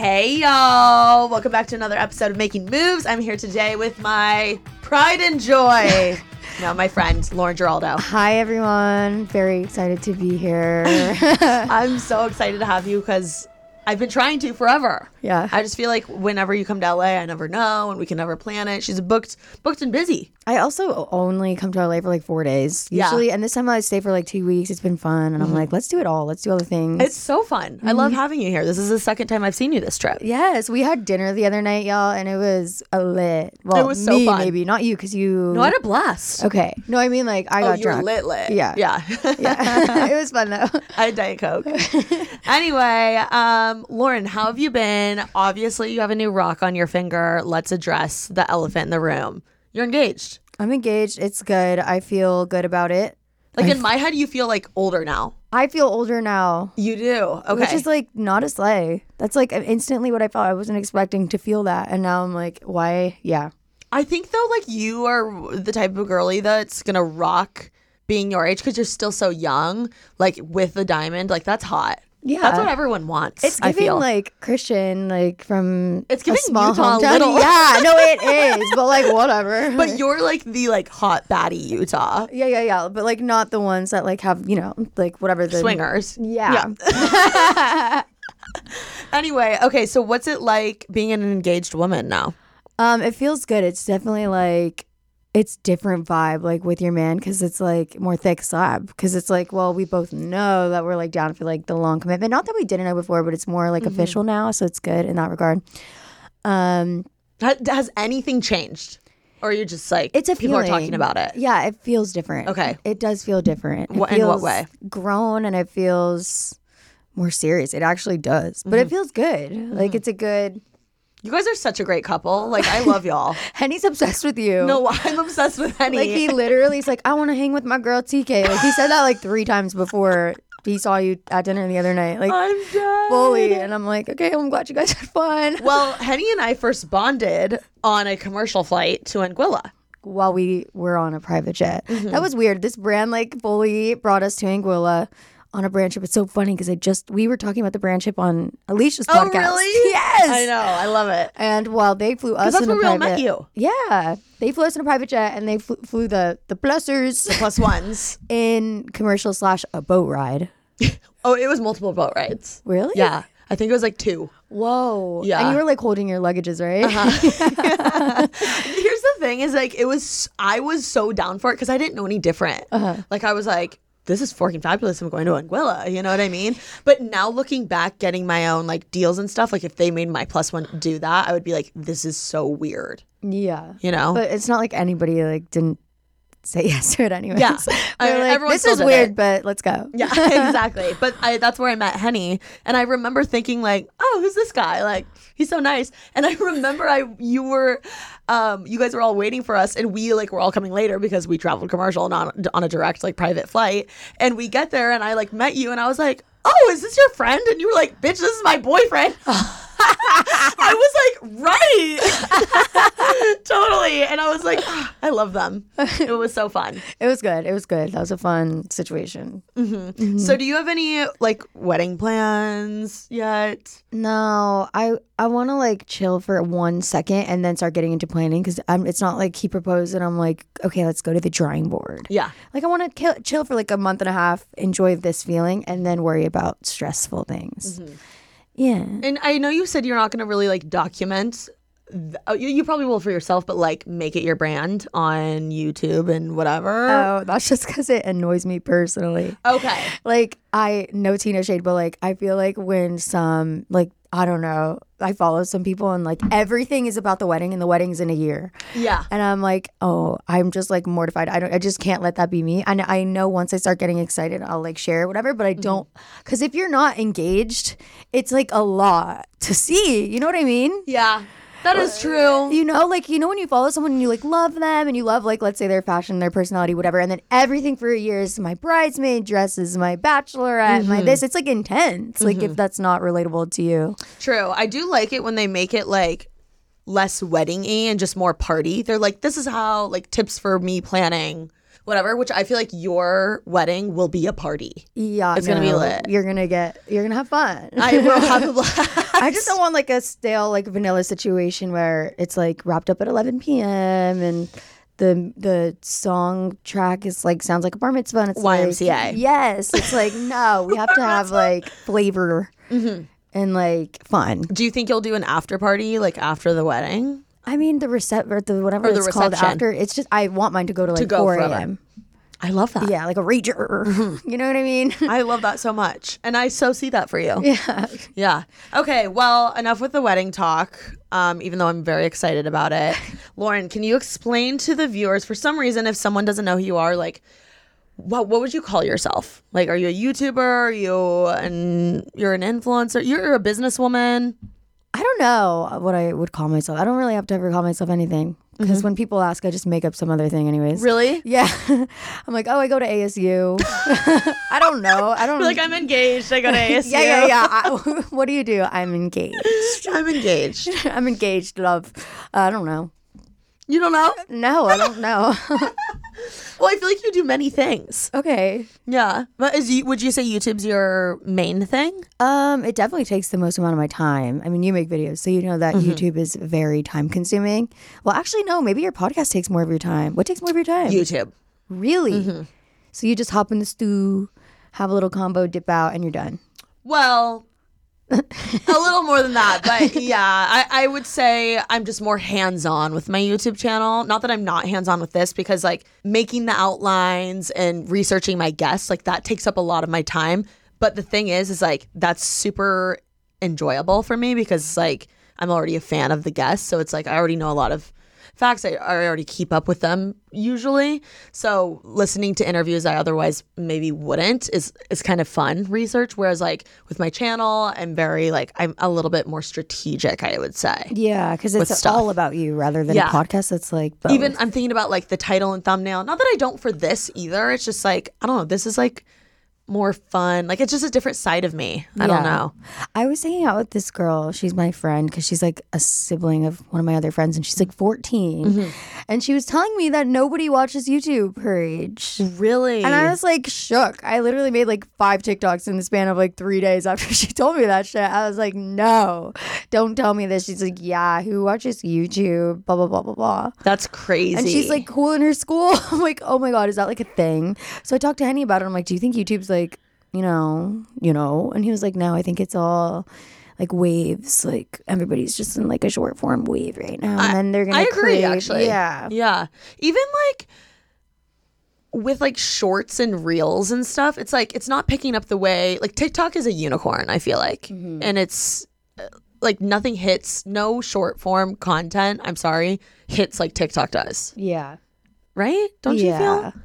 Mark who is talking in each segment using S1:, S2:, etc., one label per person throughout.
S1: Hey y'all! Welcome back to another episode of Making Moves. I'm here today with my pride and joy. no, my friend Lauren Geraldo.
S2: Hi everyone, very excited to be here.
S1: I'm so excited to have you because I've been trying to forever.
S2: Yeah.
S1: I just feel like whenever you come to LA, I never know, and we can never plan it. She's booked, booked and busy.
S2: I also only come to LA for like four days usually, and this time I stay for like two weeks. It's been fun, and I'm like, let's do it all. Let's do all the things.
S1: Mm-hmm. It's Mhm. so fun. I love having you here. This is the second time I've seen you this trip.
S2: yes, we had dinner the other night, y'all, and it was a lit. Well,
S1: was so
S2: me,
S1: fun.
S2: Maybe not you, because you.
S1: What a blast!
S2: okay. No, I mean like I
S1: Oh,
S2: got
S1: you were
S2: drunk.
S1: Oh, lit lit.
S2: Yeah.
S1: yeah,
S2: Yeah, it was fun though.
S1: I had Diet Coke. anyway, um, Lauren, how have you been? Obviously, you have a new rock on your finger. Let's address the elephant in the room. You're engaged.
S2: I'm engaged. It's good. I feel good about it.
S1: Like in my head, you feel like older now.
S2: I feel older now.
S1: You do. Okay.
S2: Which is like not a sleigh. That's like instantly what I felt. I wasn't expecting to feel that. And now I'm like, why? Yeah.
S1: I think though, like you are the type of girly that's gonna rock being your age because you're still so young. Like with the diamond, like that's hot.
S2: Yeah.
S1: That's what everyone wants.
S2: It's
S1: I
S2: giving
S1: feel.
S2: like Christian, like from
S1: It's giving
S2: a small
S1: Utah a
S2: hometown.
S1: little.
S2: Yeah, no, it is. But like whatever.
S1: but you're like the like hot baddie Utah
S2: yeah, yeah, yeah. But like not the ones that like have you know like whatever the
S1: swingers.
S2: Yeah.
S1: Anyway, okay, so what's it like being an engaged woman now?
S2: Um, it feels good. It's definitely like it's different vibe like with your man because it's like more thick slab because it's like well we both know that we're like down for like the long commitment not that we didn't know before but it's more
S1: Mm-hmm.
S2: like official now so it's good in that regard um
S1: Ha- Has anything changed? Or are you just like
S2: it's a
S1: people
S2: feeling.
S1: are talking about it?
S2: yeah it feels different
S1: Okay.
S2: it does feel different It
S1: Wha- in what
S2: feels
S1: way?
S2: grown and it feels more serious it actually does but it
S1: Mm-hmm.
S2: feels good like it's a good
S1: You guys are such a great couple. Like I love y'all.
S2: henny's obsessed with you
S1: no, I'm obsessed with Henny.
S2: Like he literally is like, I want to hang with my girl TK. Like he said that like three times before he saw you at dinner the other night. Like
S1: I'm dead.
S2: fully, and I'm like, okay, I'm glad you guys had fun.
S1: Well, Henny and I first bonded on a commercial flight to Anguilla.
S2: While we were on a private jet,
S1: Mm-hmm.
S2: that was weird. This brand like fully brought us to Anguilla on a brand trip. It's so funny because I just we were talking about the brand trip on Alicia's podcast. Yes.
S1: Oh, I know. I love it.
S2: And while they flew us
S1: that's
S2: in a
S1: where we all
S2: private,
S1: met you.
S2: yeah, they flew us in a private jet, and they flew, flew the the blessers
S1: Plus ones.
S2: in commercial slash a boat ride.
S1: Oh, it was multiple boat rides.
S2: Really?
S1: Yeah. I think it was like two.
S2: Whoa.
S1: Yeah. Uh-huh.
S2: And you were like holding your luggages, right?
S1: Here's the thing is like it was I was so down for it because I didn't know any different. Like I was like, this is fucking fabulous. I'm going to Anguilla. You know what I mean? But now looking back, getting my own like deals and stuff, like if they made my plus one do that, I would be like, this is so weird.
S2: yeah.
S1: You know?
S2: But it's not like anybody like didn't say yes to it anyways.
S1: Yeah.
S2: They
S1: I-
S2: were like,
S1: everyone
S2: this
S1: still
S2: is
S1: did
S2: weird,
S1: it."
S2: but let's go.
S1: yeah, exactly. But I, that's where I met Henny, and I remember thinking like, "Oh, who's this guy? Like, he's so nice." And I remember I you were, um, you guys were all waiting for us, and we like were all coming later because we traveled commercial and on on a direct like private flight. And we get there, and I like met you, and I was like, "Oh, is this your friend?" And you were like, "Bitch, this is my boyfriend." I was like, "Right." totally. And I was like, "Ah, I love them. It was so fun.
S2: It was good. It was good. That was a fun situation.
S1: Mm-hmm. So, do you have any like wedding plans yet?
S2: No, I I want to like chill for one second and then start getting into planning because I'm. It's not like he proposed and I'm like, okay, let's go to the drawing board.
S1: Yeah.
S2: Like I want to chill for like a month and a half, enjoy this feeling, and then worry about stressful things.
S1: Mm-hmm.
S2: Yeah.
S1: And I know you said you're not going to really like document. th- oh, You, you probably will for yourself, but like make it your brand on YouTube and whatever.
S2: Oh, that's just because it annoys me
S1: Oh.
S2: personally.
S1: okay.
S2: Like I no Tina shade, but like I feel like when some like I don't know. I follow some people and like everything is about the wedding and the wedding's in a year.
S1: Yeah.
S2: And I'm like, oh, I'm just like mortified. I don't, I just can't let that be me. And I know once I start getting excited, I'll like share whatever, but I don't, because if you're not engaged, it's like a lot to see. You know what I mean?
S1: Yeah. That is true.
S2: You know, like, you know, when you follow someone and you like love them and you love, like, let's say their fashion, their personality, whatever, and then everything for a year is my bridesmaid dresses, my bachelorette, my
S1: Mm-hmm.
S2: this, it's like intense. Like, if that's not relatable to you.
S1: True. I do like it when they make it like less wedding y and just more party. They're like, this is how, like, tips for me planning, whatever, which I feel like your wedding will be a party.
S2: Yeah.
S1: It's gonna be
S2: no,
S1: lit.
S2: You're going to get, you're going to have fun.
S1: I will have a blast.
S2: I just don't want like a stale like vanilla situation where it's like wrapped up at 11 p.m. and the the song track is like sounds like a bar mitzvah. And it's like,
S1: YMCA.
S2: yes, it's like no, we have to have like flavor
S1: Mm-hmm.
S2: and like fun.
S1: Do you think you'll do an after party, like after the wedding?
S2: I mean the recep or the whatever
S1: Or the
S2: it's called
S1: reception.
S2: after. It's just I want mine to go to like
S1: go
S2: 4
S1: forever. Mm-hmm.
S2: a.m.
S1: I love that.
S2: Yeah, like a rager. you know what I mean?
S1: I love that so much. And I so see that for you. Yeah. Yeah. Okay. Well, enough with the wedding talk, um, even though I'm very excited about it. Lauren, can you explain to the viewers, for some reason, if someone doesn't know who you are, like, what, what would you call yourself? Like, are you a YouTuber? Are you an, you're an influencer? You're a businesswoman?
S2: I don't know what I would call myself. I don't really have to ever call myself anything because
S1: Mm-hmm.
S2: when people ask, I just make up some other thing, anyways.
S1: Really?
S2: Yeah. I'm like, oh, I go to ASU. I don't know. I don't
S1: Like, I'm engaged. I go to ASU.
S2: Yeah, yeah, yeah. I, what do you do? I'm engaged.
S1: I'm engaged.
S2: I'm engaged, love. I don't know.
S1: You don't know?
S2: No, I don't know.
S1: Well, I feel like you do many things.
S2: okay.
S1: Yeah. But is you, would you say YouTube's your main thing?
S2: Um, it definitely takes the most amount of my time. I mean, you make videos, so you know that YouTube is very time consuming. Well, actually, no. Maybe your podcast takes more of your time. What takes more of your time?
S1: YouTube.
S2: Really? So you just hop in the stew, have a little combo, dip out, and you're done.
S1: Well, a little more than that, but yeah, I, I would say I'm just more hands on with my YouTube channel. Not that I'm not hands on with this, because like making the outlines and researching my guests, like that takes up a lot of my time. But the thing is, is like that's super enjoyable for me because like I'm already a fan of the guests. So it's like I already know a lot of facts. I, I already keep up with them usually. So listening to interviews I otherwise maybe wouldn't is is kind of fun research. Whereas like with my channel, I'm very like I'm a little bit more strategic. I would say.
S2: Yeah, because it's
S1: stuff.
S2: all about you rather than
S1: Yeah.
S2: a podcast that's like both.
S1: Even I'm thinking about like the title and thumbnail. Not that I don't for this either. It's just like I don't know. This is like more fun. Like it's just a different side of me. I don't
S2: Yeah.
S1: know.
S2: I was hanging out with this girl. She's my friend because she's like a sibling of one of my other friends, and she's like 14. And she was telling me that nobody watches YouTube her age.
S1: Really.
S2: And I was like shook. I literally made like five TikToks in the span of like three days after she told me that shit. I was like, no, don't tell me this. She's like, yeah, who watches YouTube? Blah, blah, blah, blah, blah.
S1: That's crazy.
S2: And she's like cool in her school. I'm like, oh my god, is that like a thing? So I talked to Henny about it. I'm like, do you think YouTube's like, you know, you know? And he was like, no, I think it's all like waves. Like everybody's just in like a short form wave right now, and then they're gonna.
S1: I agree,
S2: crave-
S1: actually.
S2: Yeah.
S1: Yeah. Even like with like shorts and reels and stuff, it's like it's not picking up the way like TikTok is a unicorn, I feel like.
S2: Mm-hmm.
S1: And it's uh, like nothing hits, no short form content, I'm sorry, hits like TikTok does.
S2: Yeah.
S1: Right? Don't
S2: yeah.
S1: you feel?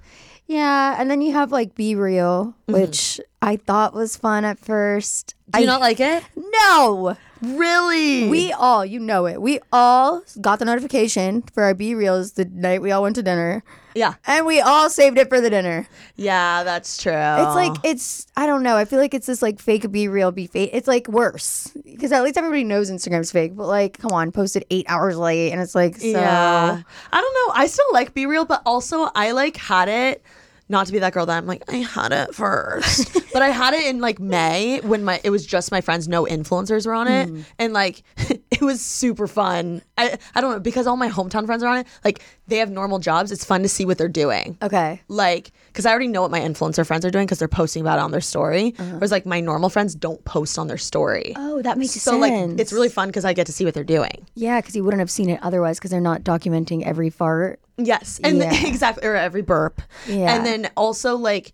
S2: Yeah, and then you have like Be Real, which I thought was fun at first.
S1: Mm-hmm. Do
S2: I
S1: you not like it?
S2: No.
S1: Really?
S2: We all, you know it. We all got the notification for our B reels the night we all went to dinner,
S1: Yeah.
S2: and we all saved it for the dinner.
S1: Yeah, that's true.
S2: It's like it's I don't know. I feel like it's this like fake be real be fake. It's like worse because at least everybody knows Instagram's fake. But like, come on, post it eight hours late, and it's like so.
S1: Yeah. I don't know. I still like Be Real, but also I like had it. Not to be that girl that I'm like, I had it first. but I had it in like May when my it was just my friends, no influencers were on it.
S2: Mm.
S1: And like it was super fun. I, I don't know, because all my hometown friends are on it, like they have normal jobs. It's fun to see what they're doing
S2: Okay.
S1: like because i already know what my influencer friends are doing because they're posting about it on their story whereas like my normal friends don't post on their story
S2: Uh-huh. Oh, that makes
S1: so like it's really fun because i get to see what they're doing
S2: yeah, because you wouldn't have seen it otherwise because they're not documenting every fart.
S1: yes and
S2: Yeah.
S1: exactly or every burp
S2: Yeah.
S1: and then also like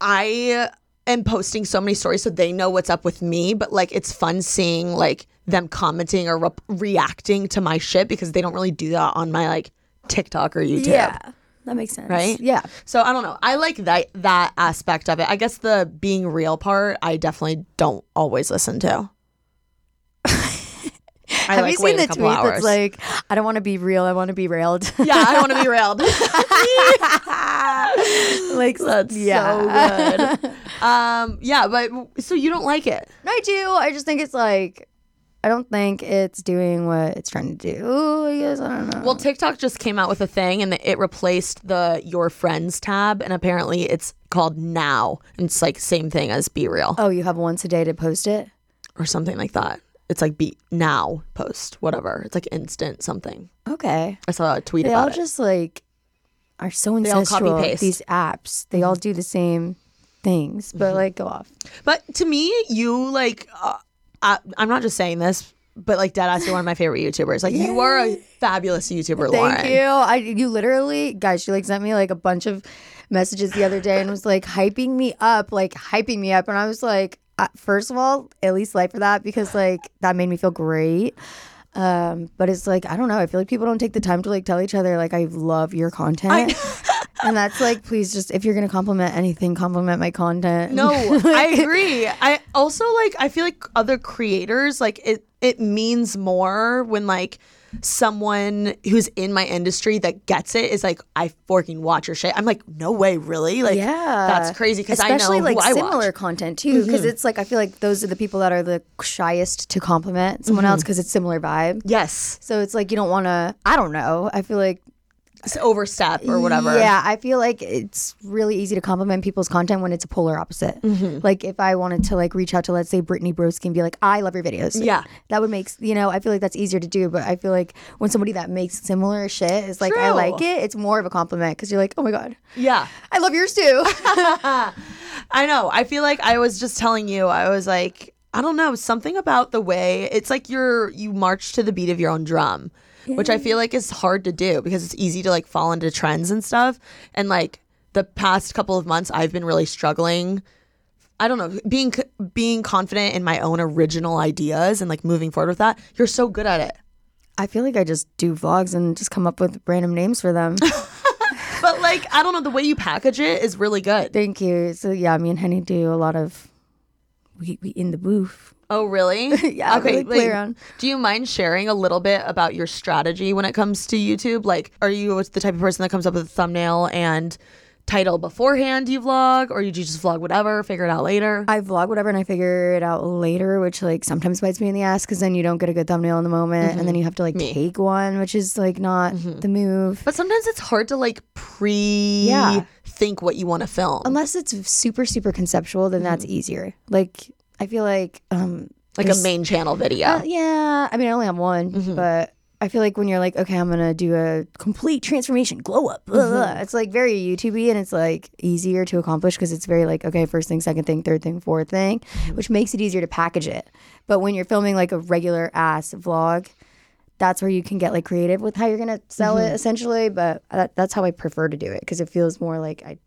S1: i am posting so many stories so they know what's up with me, but like it's fun seeing like them commenting or re- reacting to my shit because they don't really do that on my like TikTok or YouTube.
S2: Yeah. That makes sense.
S1: Right?
S2: Yeah.
S1: So I don't know. I like that that aspect of it. I guess the being real part, I definitely don't always listen to. I
S2: Have
S1: like
S2: you
S1: wait
S2: seen
S1: a
S2: the tweet
S1: couple hours.
S2: that's like, I don't want to be real, I want to be railed?
S1: yeah, I want to be railed.
S2: like,
S1: That's so
S2: yeah.
S1: good. Um, yeah, but so you don't like it?
S2: No, I do. I just think it's like, I don't think it's doing what it's trying to do. I guess I don't know.
S1: Well, TikTok just came out with a thing and it replaced the your friends tab and apparently it's called now. And it's like same thing as be real
S2: oh, you have once a day to post it.
S1: or something like that. It's like be now post whatever. It's like instant something.
S2: Okay,
S1: I saw a tweet
S2: they all
S1: about it.
S2: just like are so
S1: They all
S2: incestual.
S1: copy-paste. Mm-hmm.
S2: These apps, they all do the same things, but like go off.
S1: But to me, you like uh, I, I'm not just saying this, but like Deadass, you're one of my favorite YouTubers. Like you are a fabulous YouTuber, Lauren.
S2: Thank you. I you literally, guys, she like sent me like a bunch of messages the other day and was like hyping me up, like hyping me up, and I was like, uh, first of all, at least light for that because like that made me feel great. Um, but it's like I don't know. I feel like people don't take the time to like tell each other like I love your content. And that's like, please just if you're gonna compliment anything, compliment my content.
S1: No, I agree. I also like I feel like other creators like it it means more when like someone who's in my industry that gets it is like I fucking watch your shit. I'm like no way, really? Like
S2: yeah,
S1: that's crazy cuz I know
S2: especially like
S1: who I
S2: similar
S1: watch. Mm-hmm.
S2: content too, because it's like I feel like those are the people that are the shyest to compliment someone
S1: Mm-hmm.
S2: else 'cause else because it's similar vibe.
S1: Yes.
S2: So it's like you don't want to. I don't know. I feel like
S1: It's overstep or whatever.
S2: Yeah, I feel like it's really easy to compliment people's content when it's a polar opposite.
S1: Mm-hmm.
S2: Like if I wanted to like reach out to let's say Brittany Broski and be like, I love your videos.
S1: Yeah.
S2: that would make you know. I feel like that's easier to do, but I feel like when somebody that makes similar shit is like, I
S1: True.
S2: like it. It's more of a compliment because you're like, oh my god,
S1: Yeah.
S2: I love yours too.
S1: I know. I feel like I was just telling you. I was like, I don't know, something about the way it's like you're you march to the beat of your own drum, which I feel like is hard to do because it's easy to like fall into trends and stuff. And like the past couple of months, I've been really struggling. I don't know, being c- being confident in my own original ideas and like moving forward with that. You're so good at it.
S2: I feel like I just do vlogs and just come up with random names for them.
S1: But like, I don't know, the way you package it is really good.
S2: Thank you. So yeah, me and Henny do a lot of. We, we in the booth.
S1: Oh, really?
S2: Yeah, really play around.
S1: Do you mind sharing a little bit about your strategy when it comes to YouTube? Like, are you the type of person that comes up with a thumbnail and title beforehand you vlog, or you just vlog whatever, figure it out later?
S2: I vlog whatever and I figure it out later, which like sometimes bites me in the ass because then you don't get a good thumbnail in the moment and
S1: Mm-hmm.
S2: then you have to like take one, which is like not the move.
S1: but sometimes it's hard to like pre
S2: Yeah.
S1: think what you want to film.
S2: Unless it's super, super conceptual, then that's easier. Like I feel like um
S1: Mm-hmm. like a
S2: there's-
S1: main channel video.
S2: uh, yeah. I mean I only have one,
S1: Mm-hmm.
S2: but I feel like when you're like, okay, I'm gonna do a complete transformation, glow up. blah, blah,
S1: Mm-hmm.
S2: blah, It's like very YouTubey and it's like easier to accomplish because it's very like okay, first thing, second thing, third thing, fourth thing,
S1: Mm-hmm.
S2: which makes it easier to package it. But when you're filming like a regular ass vlog, that's where you can get like creative with how you're gonna sell
S1: Mm-hmm.
S2: it essentially. But that, that's how I prefer to do it because it feels more like I,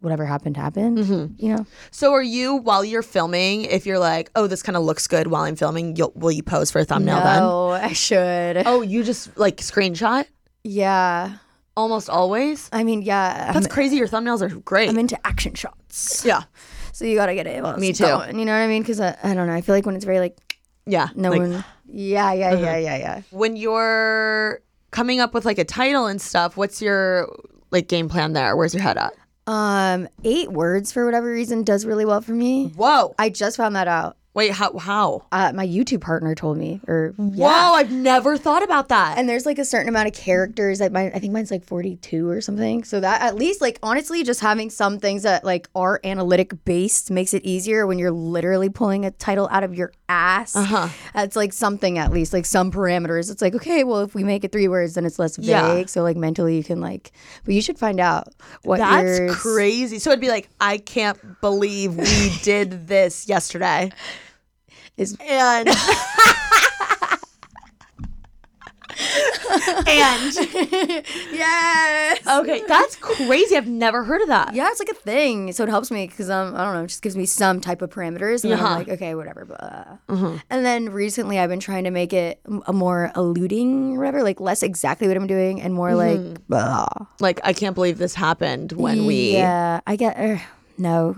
S2: whatever happened happened.
S1: Mm-hmm.
S2: You know.
S1: so, are you while you're filming? If you're like, oh, this kind of looks good while I'm filming, you'll, will you pose for a thumbnail then?
S2: no, I should.
S1: Oh, you just like screenshot
S2: Yeah.
S1: almost always.
S2: I mean, yeah.
S1: That's crazy. Your thumbnails are great.
S2: I'm into action shots.
S1: yeah.
S2: So you gotta get it. While
S1: Me
S2: it's
S1: too.
S2: going, you know what I mean? Because I, I don't know. I feel like when it's very like
S1: Yeah.
S2: no
S1: like,
S2: one. Yeah, yeah, yeah, yeah, yeah.
S1: When you're coming up with like a title and stuff, what's your like game plan there? Where's your head at?
S2: Um, eight words for whatever reason does really well for me.
S1: Whoa.
S2: I just found that out.
S1: Wait, how how?
S2: Uh, my YouTube partner told me. Or
S1: Whoa, I've never thought about that.
S2: and there's like a certain amount of
S1: Mm-hmm.
S2: characters that mine, I think mine's like 42 or something. So that at least like honestly, just having some things that like are analytic based makes it easier when you're literally pulling a title out of your ass. Uh-huh. It's like something at least like some parameters. It's like okay, well if we make it three words, then it's less vague.
S1: Yeah.
S2: So like mentally you can like, but you should find out what
S1: that's
S2: yours-
S1: crazy. So it'd be like, I can't believe we did this yesterday.
S2: Is-
S1: and and
S2: yes.
S1: okay, that's crazy. I've never heard of that.
S2: Yeah, it's like a thing. So it helps me because um, I don't know, it just gives me some type of parameters. And then
S1: Uh-huh. Mm-hmm.
S2: I'm like, okay, whatever. Blah. And then recently I've been trying to make it m- a more eluding, whatever, like less exactly what I'm doing and more like,
S1: Mm-hmm.
S2: blah.
S1: Like, I can't believe this happened when we.
S2: Yeah, I get. Uh, no,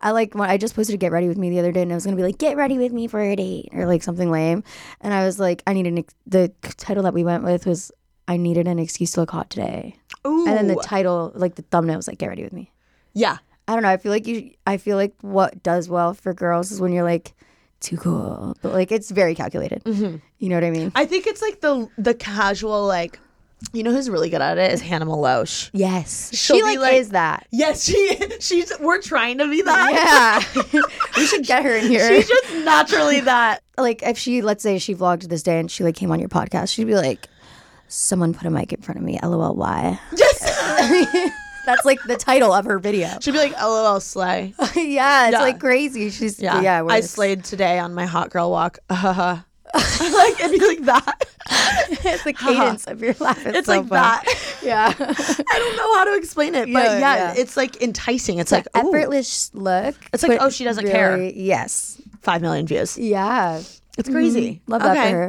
S2: I like when I just posted a get ready with me the other day, and I was gonna be like, get ready with me for a date or like something lame, and I was like, I need an ex- the title that we went with was I needed an excuse to look hot today,
S1: Ooh.
S2: and then the title like the thumbnail was like get ready with me.
S1: yeah.
S2: I don't know. I feel like you. I feel like what does well for girls is when you're like too cool, but like it's very calculated. You know what I mean?
S1: Mm-hmm. I think it's like the the casual like, you know who's really good at it is Hannah Maloche.
S2: yes,
S1: She'll
S2: she
S1: be
S2: like,
S1: like-
S2: is that.
S1: Yes, she she's we're trying to be that.
S2: Yeah, we should get her in here.
S1: She's just naturally that.
S2: like if she let's say she vlogged this day and she like came on your podcast, she'd be like, "Someone put a mic in front of me." LOL. Why?
S1: Yes.
S2: That's like the title of her video.
S1: She'd be like, LOL slay.
S2: yeah, it's
S1: Yeah.
S2: like crazy. She's yeah.
S1: Yeah.
S2: yeah
S1: I
S2: worse.
S1: slayed today on my hot girl walk. Uh-huh. like it'd be like that.
S2: it's the cadence of your laugh. It's,
S1: It's
S2: so
S1: like
S2: fun.
S1: that.
S2: Yeah.
S1: I don't know how to explain it, but
S2: Yeah,
S1: yeah,
S2: yeah.
S1: it's like enticing. It's like
S2: Like
S1: ooh,
S2: effortless look.
S1: It's like,
S2: but
S1: oh, she doesn't care.
S2: really- Yes.
S1: five million views.
S2: Yeah.
S1: It's crazy.
S2: Love that
S1: Okay.
S2: for her.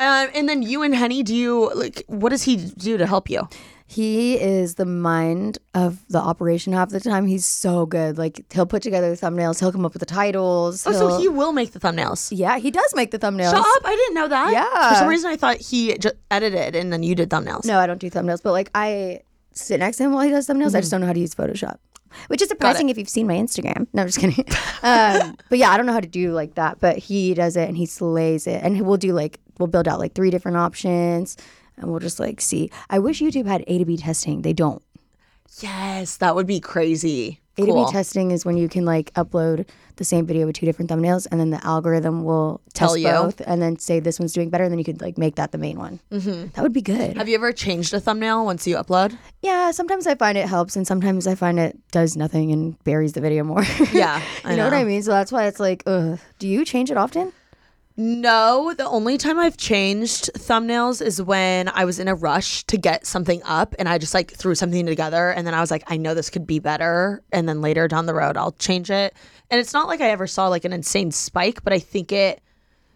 S1: Um, and then you and Henny, do you like? What does he do to help you?
S2: He is the mind of the operation half the time. He's so good. Like he'll put together the thumbnails. He'll come up with the titles.
S1: Oh, so
S2: he'll-
S1: he will make the thumbnails.
S2: Yeah, he does make the thumbnails.
S1: Shut up! I didn't know that.
S2: Yeah.
S1: For some reason, I thought he ju- edited and then you did thumbnails.
S2: No, I don't do thumbnails, but like I sit next to him while he does thumbnails.
S1: Mm-hmm.
S2: I just don't know how to use Photoshop, which is surprising if you've seen my Instagram. No, I'm just kidding. um, but yeah, I don't know how to do like that, but he does it and he slays it. And we'll do like, we'll build out like three different options and we'll just like see. I wish YouTube had A to B testing. They don't.
S1: Yes, that would be crazy.
S2: A
S1: cool.
S2: to B testing is when you can like upload the same video with two different thumbnails and then the algorithm will
S1: Tell
S2: test
S1: you.
S2: both and then say this one's doing better and then you could like make that the main one. Mm-hmm. That would be good.
S1: Have you ever changed a thumbnail once you upload?
S2: Yeah, sometimes I find it helps, and sometimes I find it does nothing and buries the video more.
S1: Yeah,
S2: you know, what I mean. So that's why it's like, ugh. Do you change it often?
S1: No, the only time I've changed thumbnails is when I was in a rush to get something up and I just like threw something together and then I was like, I know this could be better. And then later down the road, I'll change it. And it's not like I ever saw like an insane spike, but I think it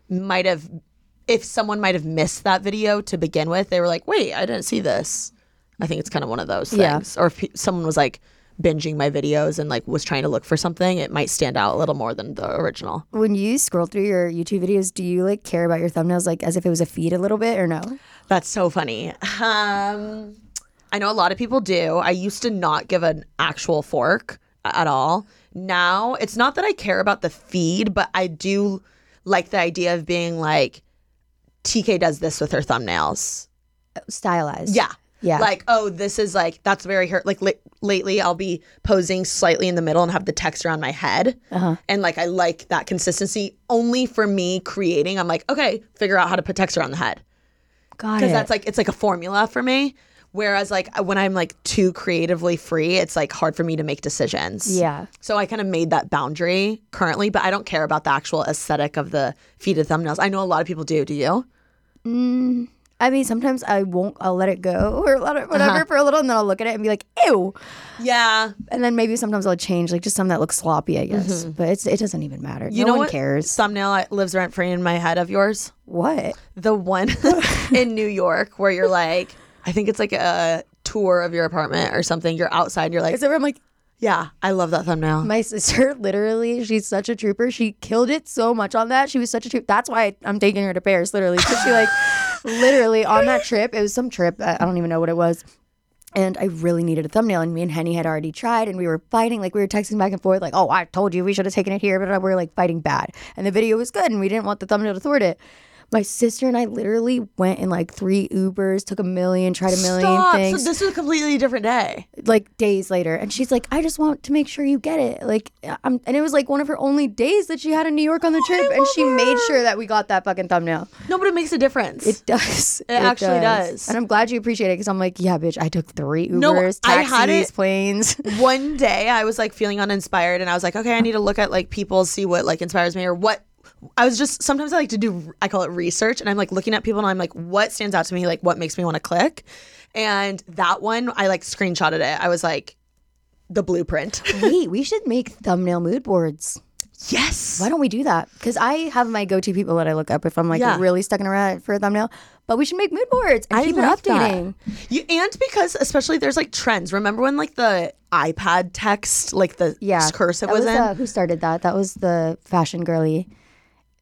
S1: might have, if someone might have missed that video to begin with, they were like, wait, I didn't see this. I think it's kind of one of those
S2: Yeah.
S1: things. Or if pe- someone was like binging my videos and like was trying to look for something, it might stand out a little more than the original.
S2: When you scroll through your YouTube videos, do you like care about your thumbnails, like as if it was a feed a little bit, or no?
S1: That's so funny. Um, I know a lot of people do. I used to not give an actual fork a- at all. Now it's not that I care about the feed, but I do like the idea of being like, TK does this with her thumbnails.
S2: Stylized.
S1: Yeah.
S2: Yeah.
S1: Like, oh, this is like, that's very her. Like, la- lately I'll be posing slightly in the middle and have the text around my head.
S2: Uh-huh.
S1: And like, I like that consistency only for me creating. I'm like, okay, figure out how to put text around the head
S2: Got it.
S1: because that's like it's like a formula for me. Whereas like uh, when I'm like too creatively free, it's like hard for me to make decisions.
S2: yeah.
S1: So I kind of made that boundary currently, but I don't care about the actual aesthetic of the feed of thumbnails. I know a lot of people do. Do you?
S2: I mean, sometimes I won't. I'll let it go or
S1: Uh-huh.
S2: let it whatever for a little, and then I'll look at it and be like, ew.
S1: Yeah.
S2: And then maybe sometimes I'll change, like just some that looks sloppy, I guess. But it's it doesn't even matter.
S1: Mm-hmm. You
S2: no
S1: know
S2: one
S1: what
S2: cares.
S1: thumbnail I- lives rent free in my head of yours?
S2: What?
S1: The one in New York where you're like, I think it's like a tour of your apartment or something. You're outside. You're like,
S2: Is it where I'm like,
S1: yeah, I love that thumbnail.
S2: My sister, literally, she's such a trooper. She killed it so much on that. She was such a trooper. That's why I'm taking her to Paris, literally. Because she, like, literally on that trip, it was some trip. I I don't even know what it was. And I really needed a thumbnail. And me and Henny had already tried, and we were fighting. Like, we were texting back and forth, like, oh, I told you we should have taken it here. But we were, like, fighting bad. And the video was good, and we didn't want the thumbnail to thwart it. My sister and I literally went in like three Ubers, took a million, tried a million
S1: Stop.
S2: things
S1: So this was a completely different day.
S2: like days later and she's like i just want to make sure you get it like I'm, and it was like one of her only days that she had in new york on the trip and she made sure that we got that fucking thumbnail
S1: No, but it makes a difference.
S2: it does it,
S1: actually does.
S2: and i'm glad you appreciate it because i'm like yeah bitch i took three ubers
S1: No,
S2: taxis
S1: I had it-
S2: planes
S1: one day I was like feeling uninspired and I was like, okay, I need to look at like people, see what like inspires me or what I was just sometimes I like to do I call it research and I'm like looking at people and I'm like what stands out to me like what makes me want to click and that one I like screenshotted it I was like the blueprint
S2: Wait, we should make thumbnail mood boards.
S1: yes
S2: Why don't we do that? Because I have my go-to people that I look up if I'm like
S1: Yeah.
S2: really stuck in a rut for a thumbnail. But we should make mood boards and
S1: I
S2: keep it
S1: love that.
S2: updating.
S1: You, and because especially there's like trends remember when like the iPad text like the
S2: Yeah,
S1: cursive
S2: that
S1: was, in
S2: uh, who started that? That was the fashion girly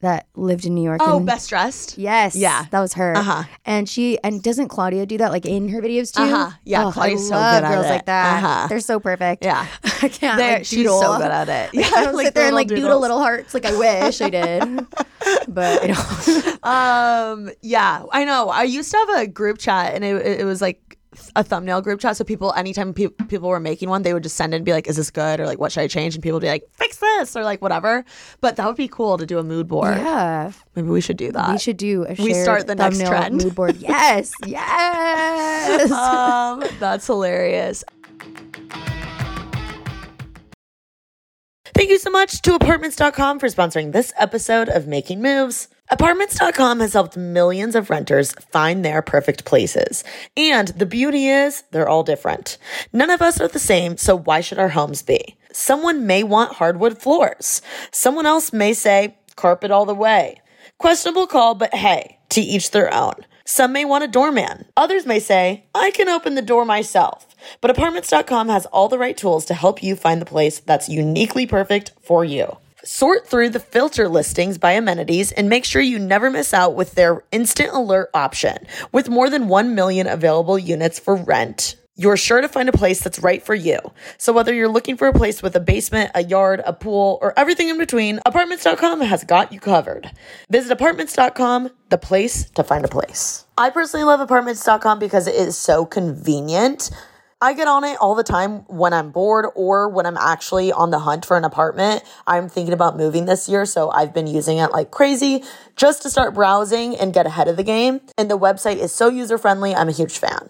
S2: that lived in New York.
S1: oh
S2: and-
S1: best dressed
S2: Yes.
S1: Yeah.
S2: That was her.
S1: Uh-huh.
S2: And she and doesn't Claudia do that like in her videos too?
S1: Uh-huh. Yeah,
S2: Oh,
S1: Claudia's
S2: I
S1: so
S2: love
S1: good at
S2: girls
S1: it.
S2: like that.
S1: Uh-huh.
S2: They're so perfect.
S1: Yeah.
S2: I can't.
S1: There-
S2: like,
S1: she's
S2: doodle.
S1: so good at it. Yeah,
S2: Like, I don't
S1: like
S2: sit there
S1: little
S2: and like doodle
S1: doodles.
S2: little hearts. Like I wish I did, but I don't.
S1: Um. Yeah, I know. I used to have a group chat, and it, it was like a thumbnail group chat. So people, anytime pe- people were making one, they would just send it and be like, "Is this good?" or like, "What should I change?" And people would be like, "Fix this," or like whatever. But that would be cool to do a mood board.
S2: yeah,
S1: Maybe we should do
S2: we
S1: that.
S2: should do. A
S1: Uh, we
S2: shared
S1: start the next
S2: thumbnail
S1: trend.
S2: mood board. Yes, yes.
S1: um. That's hilarious. Thank you so much to apartments.com for sponsoring this episode of Making Moves. Apartments.com has helped millions of renters find their perfect places. And the beauty is, they're all different. None of us are the same, so why should our homes be? Someone may want hardwood floors. Someone else may say, carpet all the way. Questionable call, but hey, to each their own. Some may want a doorman. Others may say, I can open the door myself. But apartments.com has all the right tools to help you find the place that's uniquely perfect for you. Sort through the filter listings by amenities and make sure you never miss out with their instant alert option. With more than 1 million available units for rent, you're sure to find a place that's right for you. So whether you're looking for a place with a basement, a yard, a pool, or everything in between, apartments.com has got you covered. Visit apartments.com, the place to find a place. I personally love apartments.com because it is so convenient. I get on it all the time when I'm bored or when I'm actually on the hunt for an apartment. I'm thinking about moving this year, so I've been using it like crazy just to start browsing and get ahead of the game. And the website is so user friendly. I'm a huge fan.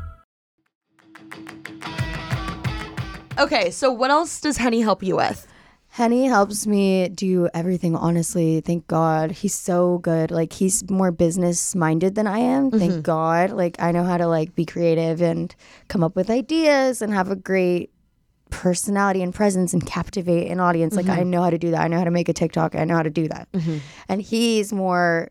S1: Okay, so what else does Henny help you with?
S2: Henny helps me do everything, honestly. Thank God. He's so good. Like he's more business minded than I am. Thank God. Like I know how to like be creative and come up with ideas and have a great personality and presence and captivate an audience. Like I know how to do that. I know how to make a TikTok. I know how to do that. And he's more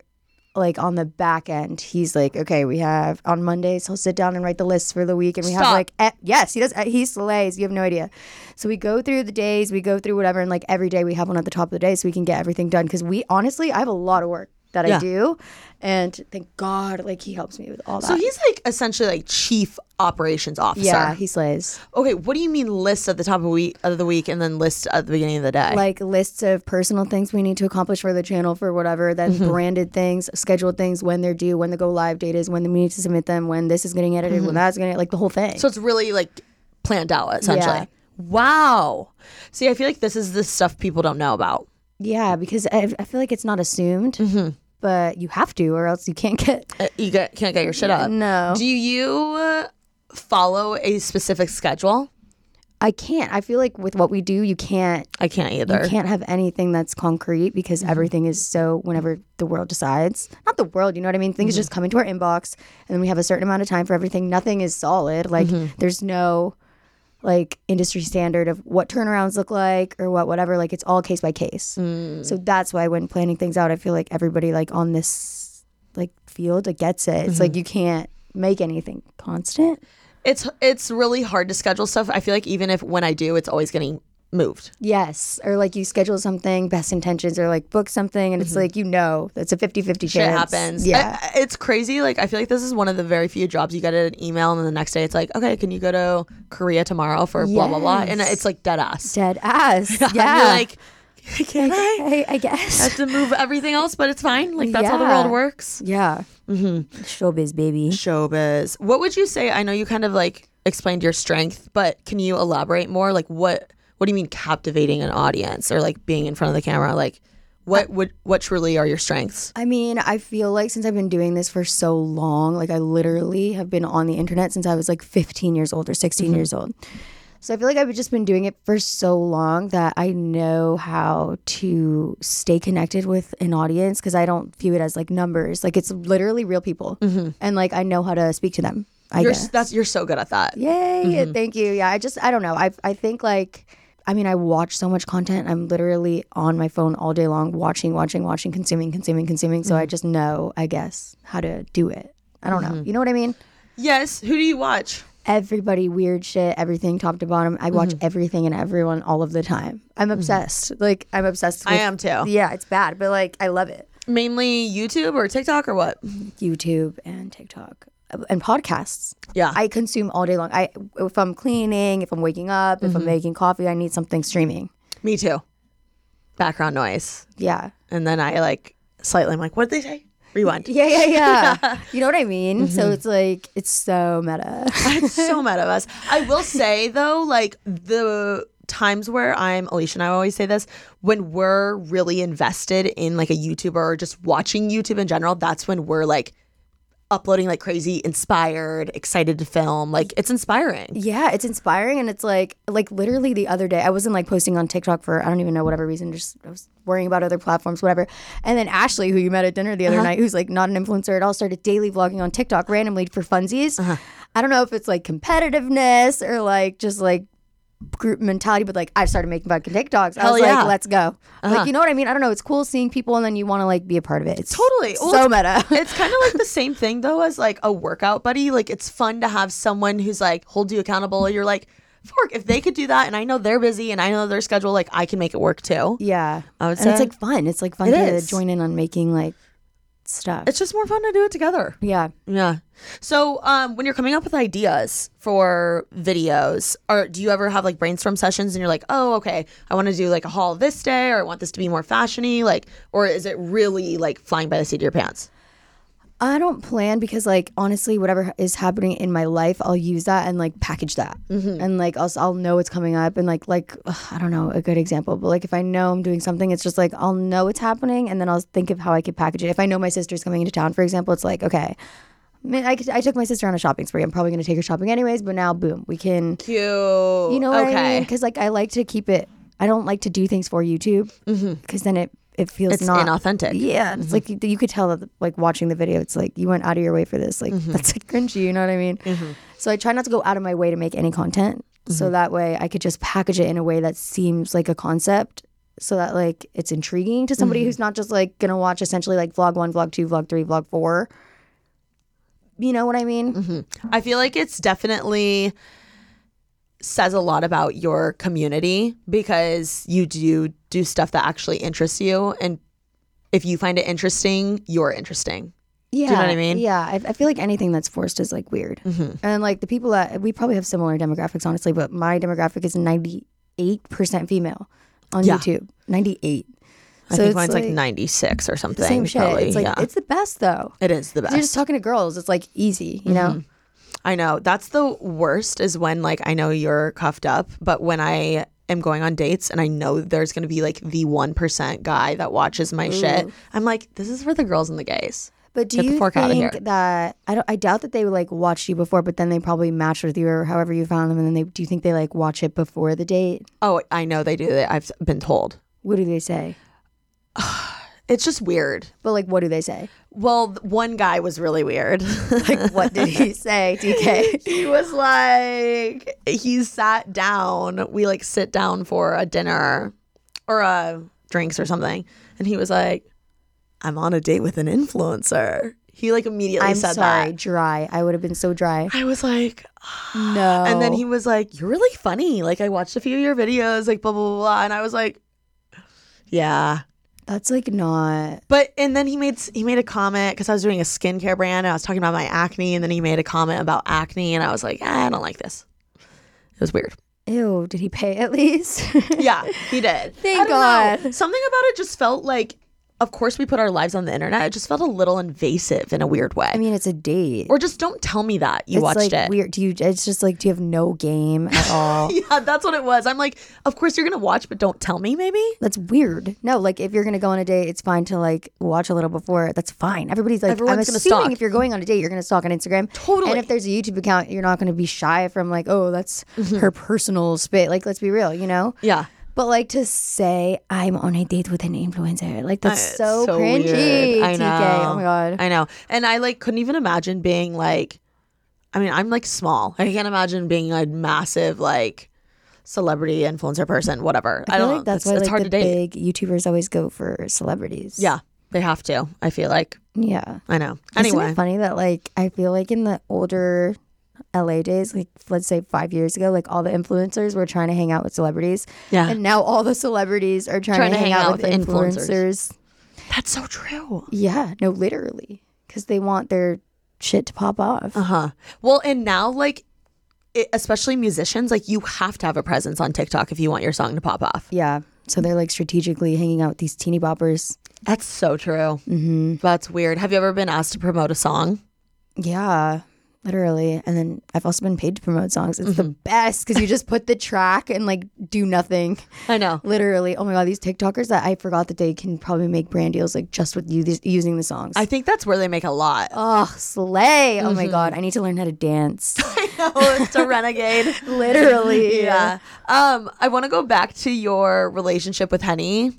S2: like on the back end, he's like, okay, we have on Mondays, he'll sit down and write the list for the week. And we have
S1: Stop.
S2: like, e- yes, he does. eh, He slays. You have no idea. So we go through the days, we go through whatever. And like every day we have one at the top of the day so we can get everything done. Cause we honestly, I have a lot of work that I do. And thank God, like he helps me with all that.
S1: So he's like essentially like chief operations officer.
S2: yeah, he slays.
S1: Okay, what do you mean list at the top of, week, of the week and then list at the beginning of the day?
S2: like lists of personal things we need to accomplish for the channel for whatever then branded things scheduled things when they're due when the go live date is when we need to submit them when this is getting edited when that's getting like the whole thing
S1: So it's really like planned out essentially. Wow. See, I feel like this is the stuff people don't know about.
S2: yeah because I, I feel like it's not assumed but you have to or else you can't get
S1: Mm-hmm. Uh, You get, can't get your shit up.
S2: no
S1: Do you uh, follow a specific schedule?
S2: i can't i feel like with what we do you can't
S1: I can't either. Mm-hmm.
S2: you can't have anything that's concrete because everything is so whenever the world decides not the world you know what i mean things
S1: Mm-hmm.
S2: just come into our inbox and then we have a certain amount of time for everything nothing is solid like
S1: Mm-hmm.
S2: there's no like industry standard of what turnarounds look like or what whatever like it's all case by case so that's why when planning things out i feel like everybody like on this like field like gets it it's
S1: Mm-hmm.
S2: like you can't make anything constant
S1: It's it's really hard to schedule stuff. I feel like even if when I do, it's always getting moved.
S2: Yes. Or like you schedule something, best intentions, or like book something, and it's like, you know, that's a 50 50 chance.
S1: Mm-hmm. Shit happens.
S2: Yeah.
S1: I- I- it's crazy. Like I feel like this is one of the very few jobs you get an email and then the next day it's like, okay, can you go to Korea tomorrow for blah blah blah, and
S2: Yes.
S1: it's like dead ass.
S2: Dead ass.
S1: You're
S2: Yeah.
S1: like,
S3: Can I?
S2: I, I
S3: I have
S2: guess.
S3: to move everything else, but it's fine. Like that's how the
S2: Yeah.
S3: world works.
S2: Yeah.
S3: Mm-hmm.
S2: Showbiz, baby.
S3: Showbiz. What would you say? I know you kind of like explained your strength, but can you elaborate more? Like what? What do you mean captivating an audience or like being in front of the camera? Like what would what truly are your strengths?
S2: I mean, I feel like since I've been doing this for so long, like I literally have been on the internet since I was like 15 years old or 16 years old. So I feel like I've just been doing it for so long that I know how to stay connected with an audience because I don't view it as like numbers. Like it's literally real people. And like I know how to speak to them. I
S3: You're
S2: guess.
S3: that's you're so good at that.
S2: Yay.
S3: Mm-hmm.
S2: Thank you. Yeah. I just, I don't know. I, I think like, I mean, I watch so much content. I'm literally on my phone all day long, watching, watching, watching, consuming, consuming, consuming. So I
S3: Mm-hmm.
S2: just know, I guess, how to do it. I don't know. You know what I mean?
S3: Yes. Who do you watch?
S2: Everybody, weird shit, everything, top to bottom. I watch
S3: Mm-hmm.
S2: everything and everyone all of the time. I'm obsessed. Like, I'm obsessed with.
S3: I am too.
S2: Yeah, it's bad, but like, I love it.
S3: Mainly YouTube or TikTok or what?
S2: YouTube and TikTok uh, and podcasts.
S3: Yeah.
S2: I consume all day long. I if I'm cleaning, if I'm waking up, if I'm making coffee, I need something streaming.
S3: Me too. Background noise.
S2: Yeah.
S3: And then I like slightly I'm like, what did they say? Rewind.
S2: Yeah, yeah, yeah. Mm-hmm. you know what I mean? So it's like it's so meta.
S3: It's so mad of us. I will say though, like the times where I'm Alicia and I always say this, when we're really invested in like a YouTuber or just watching YouTube in general, that's when we're like uploading like crazy, inspired, excited to film. Like it's inspiring.
S2: yeah, it's inspiring and it's like like literally the other day I wasn't like posting on TikTok for I don't even know whatever reason, just I was worrying about other platforms, whatever. And then Ashley, who you met at dinner the other
S3: Uh-huh.
S2: night, who's like not an influencer at all, started daily vlogging on TikTok randomly for funsies.
S3: Uh-huh.
S2: I don't know if it's like competitiveness or like just like group mentality, but like I started making fucking TikToks. I
S3: Hell
S2: was
S3: yeah. Uh-huh.
S2: like, let's go. Like, you know what I mean? I don't know. It's cool seeing people and then you want to like be a part of it. It's
S3: Totally.
S2: so
S3: Well, it's-
S2: meta.
S3: It's kind of like the same thing though as like a workout buddy. Like it's fun to have someone who's like hold you accountable. You're like, fork, if they could do that and I know they're busy and I know their schedule, like I can make it work too.
S2: yeah.
S3: I would
S2: and it's
S3: say-
S2: like fun. It's like fun
S3: It
S2: to
S3: is.
S2: join in on making like stuff.
S3: It's just more fun to do it together.
S2: yeah.
S3: Yeah. So, um, when you're coming up with ideas for videos, or do you ever have like brainstorm sessions and you're like, oh, okay, I want to do like a haul this day, or I want this to be more fashiony, like, or is it really like flying by the seat of your pants?
S2: I don't plan because, like, honestly, whatever is happening in my life, I'll use that and like package that, and like I'll, I'll know it's coming up, and like like ugh, I don't know a good example, but like if I know I'm doing something, it's just like I'll know it's happening, and then I'll think of how I could package it. If I know my sister's coming into town, for example, it's like okay, I, mean, I, could- I took my sister on a shopping spree. I'm probably going to take her shopping anyways, but now boom, we can
S3: Cute.
S2: you
S3: You
S2: know what I mean?
S3: Oh, okay.
S2: Because like I like to keep it. I don't like to do things for YouTube because then it it feels
S3: Mm-hmm. It's
S2: not
S3: inauthentic. Mm-hmm.
S2: Yeah, it's like you, you could tell that like watching the video, it's like you went out of your way for this. Like
S3: Mm-hmm.
S2: that's like cringy. You know what I mean? So I try not to go out of my way to make any content, so
S3: Mm-hmm.
S2: that way I could just package it in a way that seems like a concept. So that like it's intriguing to
S3: Mm-hmm.
S2: somebody who's not just like gonna watch essentially like vlog one, vlog two, vlog three, vlog four. You know what I mean?
S3: I feel like it's definitely says a lot about your community because you do do stuff that actually interests you. And if you find it interesting, you're interesting.
S2: Yeah.
S3: you know what I mean? Mm-hmm.
S2: Yeah. I, I feel like anything that's forced is like weird. And like the people that we probably have similar demographics, honestly, but my demographic is 98% female on
S3: Yeah.
S2: YouTube. 98.
S3: I think mine's like, 96 or something.
S2: Same shit.
S3: Probably.
S2: it's like,
S3: yeah.
S2: it's the best though.
S3: It is the best. Mm-hmm.
S2: You're just talking to girls. It's like easy, you know?
S3: I know. That's the worst is when like I know you're cuffed up, but when I am going on dates and I know there's going to be like the 1% guy that watches my
S2: Mm.
S3: shit, I'm like this is for the girls and the gays.
S2: But do
S3: Get the
S2: you
S3: fork outta here.
S2: think that I don't? I doubt that they like watched you before, but then they probably matched with you or however you found them, and then they do you think they like watch it before the date?
S3: Oh, I know they do that. I've been told.
S2: What do they say?
S3: It's just weird.
S2: But like, what do they say?
S3: Well, th- one guy was really weird.
S2: Like, what did he say, DK?
S3: he was like he sat down we like sit down for a dinner or a drinks or something and he was like i'm on a date with an influencer he like immediately
S2: I'm
S3: said
S2: sorry,
S3: that
S2: dry. I would have been so dry.
S3: i was like
S2: No.
S3: and then he was like you're really funny like i watched a few of your videos like blah blah blah, blah. and i was like yeah
S2: That's like not.
S3: But and then he made he made a comment because I was doing a skincare brand and I was talking about my acne and then he made a comment about acne and I was like, "Ah, I don't like this. It was weird.
S2: Ew, did he pay at least?
S3: Yeah, he did.
S2: Thank
S3: I don't know.
S2: God.
S3: Something about it just felt like, of course, we put our lives on the internet. It just felt a little invasive in a weird way.
S2: I mean, it's a date.
S3: or just don't tell me that you
S2: it's
S3: watched
S2: like
S3: it.
S2: weird. Do you? It's just like, do you have no game at all?
S3: Yeah, that's what it was. I'm like, of course you're gonna watch, but don't tell me. Maybe
S2: That's weird. No, like if you're gonna go on a date, it's fine to like watch a little before. That's fine. Everybody's like,
S3: Everyone's
S2: I'm
S3: gonna
S2: assuming
S3: stalk.
S2: if you're going on a date, you're gonna stalk on Instagram.
S3: Totally.
S2: And if there's a YouTube account, you're not gonna be shy from like, oh, that's
S3: Mm-hmm.
S2: her personal space. Like, let's be real, you know.
S3: Yeah.
S2: But like to say I'm on a date with an influencer, like that's
S3: It's
S2: so,
S3: Uh, weird.
S2: cringy.
S3: I know.
S2: TK. Oh my god.
S3: I know. And I like couldn't even imagine being like. I mean, I'm like small. I can't imagine being a massive like celebrity influencer person. Whatever. I,
S2: I feel
S3: don't.
S2: like that's
S3: it's,
S2: why
S3: it's
S2: like
S3: hard
S2: the
S3: to date.
S2: big YouTubers always go for celebrities.
S3: yeah, they have to. I feel like.
S2: Yeah.
S3: I know.
S2: Isn't
S3: Anyway.
S2: it funny that like I feel like in the older LA days, like let's say five years ago, like all the influencers were trying to hang out with celebrities,
S3: Yeah.
S2: and now all the celebrities are trying, to, hang, out, with
S3: influencers.
S2: influencers.
S3: That's so true.
S2: Yeah, no, literally, because they want their shit to pop off.
S3: Uh huh. Well, and now like. It, especially musicians, like you have to have a presence on TikTok if you want your song to pop off.
S2: Yeah, so they're like strategically hanging out with these teeny boppers.
S3: That's so true. Mm-hmm. That's weird. Have you ever been asked to promote a song?
S2: Yeah. Literally, and then I've also been paid to promote songs. It's the
S3: Mm-hmm.
S2: best because you just put the track and like do nothing.
S3: I know.
S2: Literally, oh my god, these TikTokers that I forgot that they can probably make brand deals like just with you these, using the songs.
S3: I Mm-hmm. think that's where they make a lot.
S2: oh, slay! Oh my god, I need to learn how to dance.
S3: No, Oh, it's a renegade.
S2: Literally,
S3: yeah. Um, I want to go back to your relationship with Henny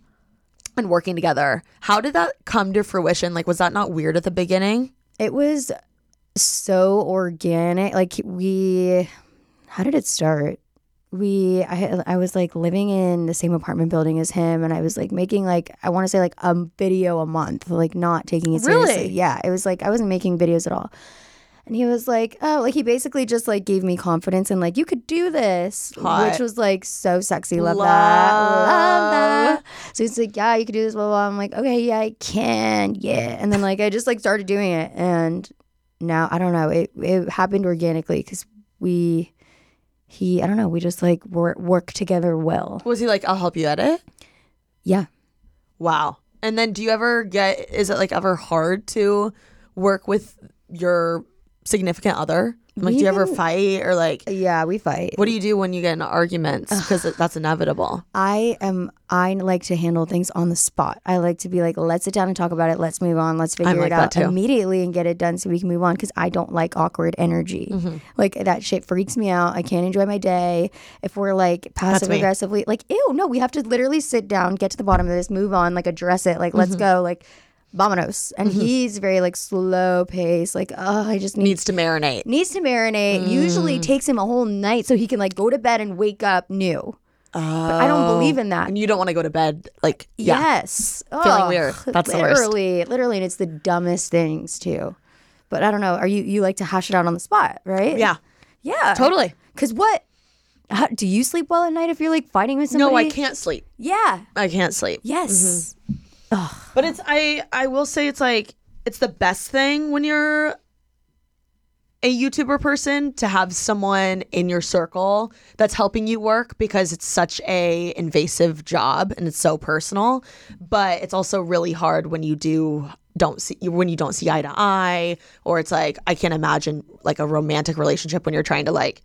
S3: and working together. How did that come to fruition? Like, was that not weird at the beginning?
S2: It was so organic. Like we, how did it start? We, I, I was like living in the same apartment building as him, and I was like making like I want to say like a video a month, like not taking it
S3: Really?
S2: seriously. Yeah, it was like I wasn't making videos at all. And he was like, oh, like he basically just like gave me confidence and like you could do this,
S3: Hot.
S2: which was like so sexy. Love, that,
S3: Love.
S2: love that. So he's like, yeah, you could do this, blah blah. I'm like, okay, yeah, I can, yeah. And then like I just like started doing it, and now I don't know. It it happened organically because we, he, I don't know. We just like work work together well.
S3: Was he like, I'll help you edit?
S2: Yeah.
S3: Wow. And then do you ever get, is it like ever hard to work with your significant other? Like, do you ever
S2: Even-
S3: fight or like,
S2: Yeah, we fight.
S3: what do you do when you get into arguments? Because that's inevitable.
S2: I am. I like to handle things on the spot. I like to be like, let's sit down and talk about it. Let's move on. Let's figure
S3: like
S2: it
S3: that
S2: out
S3: too.
S2: immediately and get it done so we can move on. Because I don't like awkward energy.
S3: Mm-hmm.
S2: Like that shit freaks me out. I can't enjoy my day if we're like passive
S3: me.
S2: aggressively. Like, ew, no. We have to literally sit down, get to the bottom of this, move on, like address it. Like,
S3: Mm-hmm.
S2: let's go. Like, vamonos. And he's very like slow pace. Like, oh, I just need
S3: Needs to marinate.
S2: needs to marinate. Usually
S3: Mm.
S2: takes him a whole night so he can like go to bed and wake up new. But I don't believe in that.
S3: Oh. And you don't want to go to bed like, yeah.
S2: Yes.
S3: Feeling weird.
S2: Ugh.
S3: That's the worst.
S2: literally, literally, and it's the dumbest things too. But I don't know. Are you you like to hash it out on the spot, right?
S3: Yeah.
S2: yeah,
S3: Totally.
S2: Because what? How, do you sleep well at night if you're like fighting with somebody?
S3: No, I can't Mm-hmm. sleep.
S2: Yeah.
S3: I can't sleep.
S2: Yes.
S3: But it's I I will say it's like it's the best thing when you're a YouTuber person to have someone in your circle that's helping you work because it's such a invasive job and it's so personal, but it's also really hard when you do don't see when you don't see eye to eye or it's like I can't imagine like a romantic relationship when you're trying to like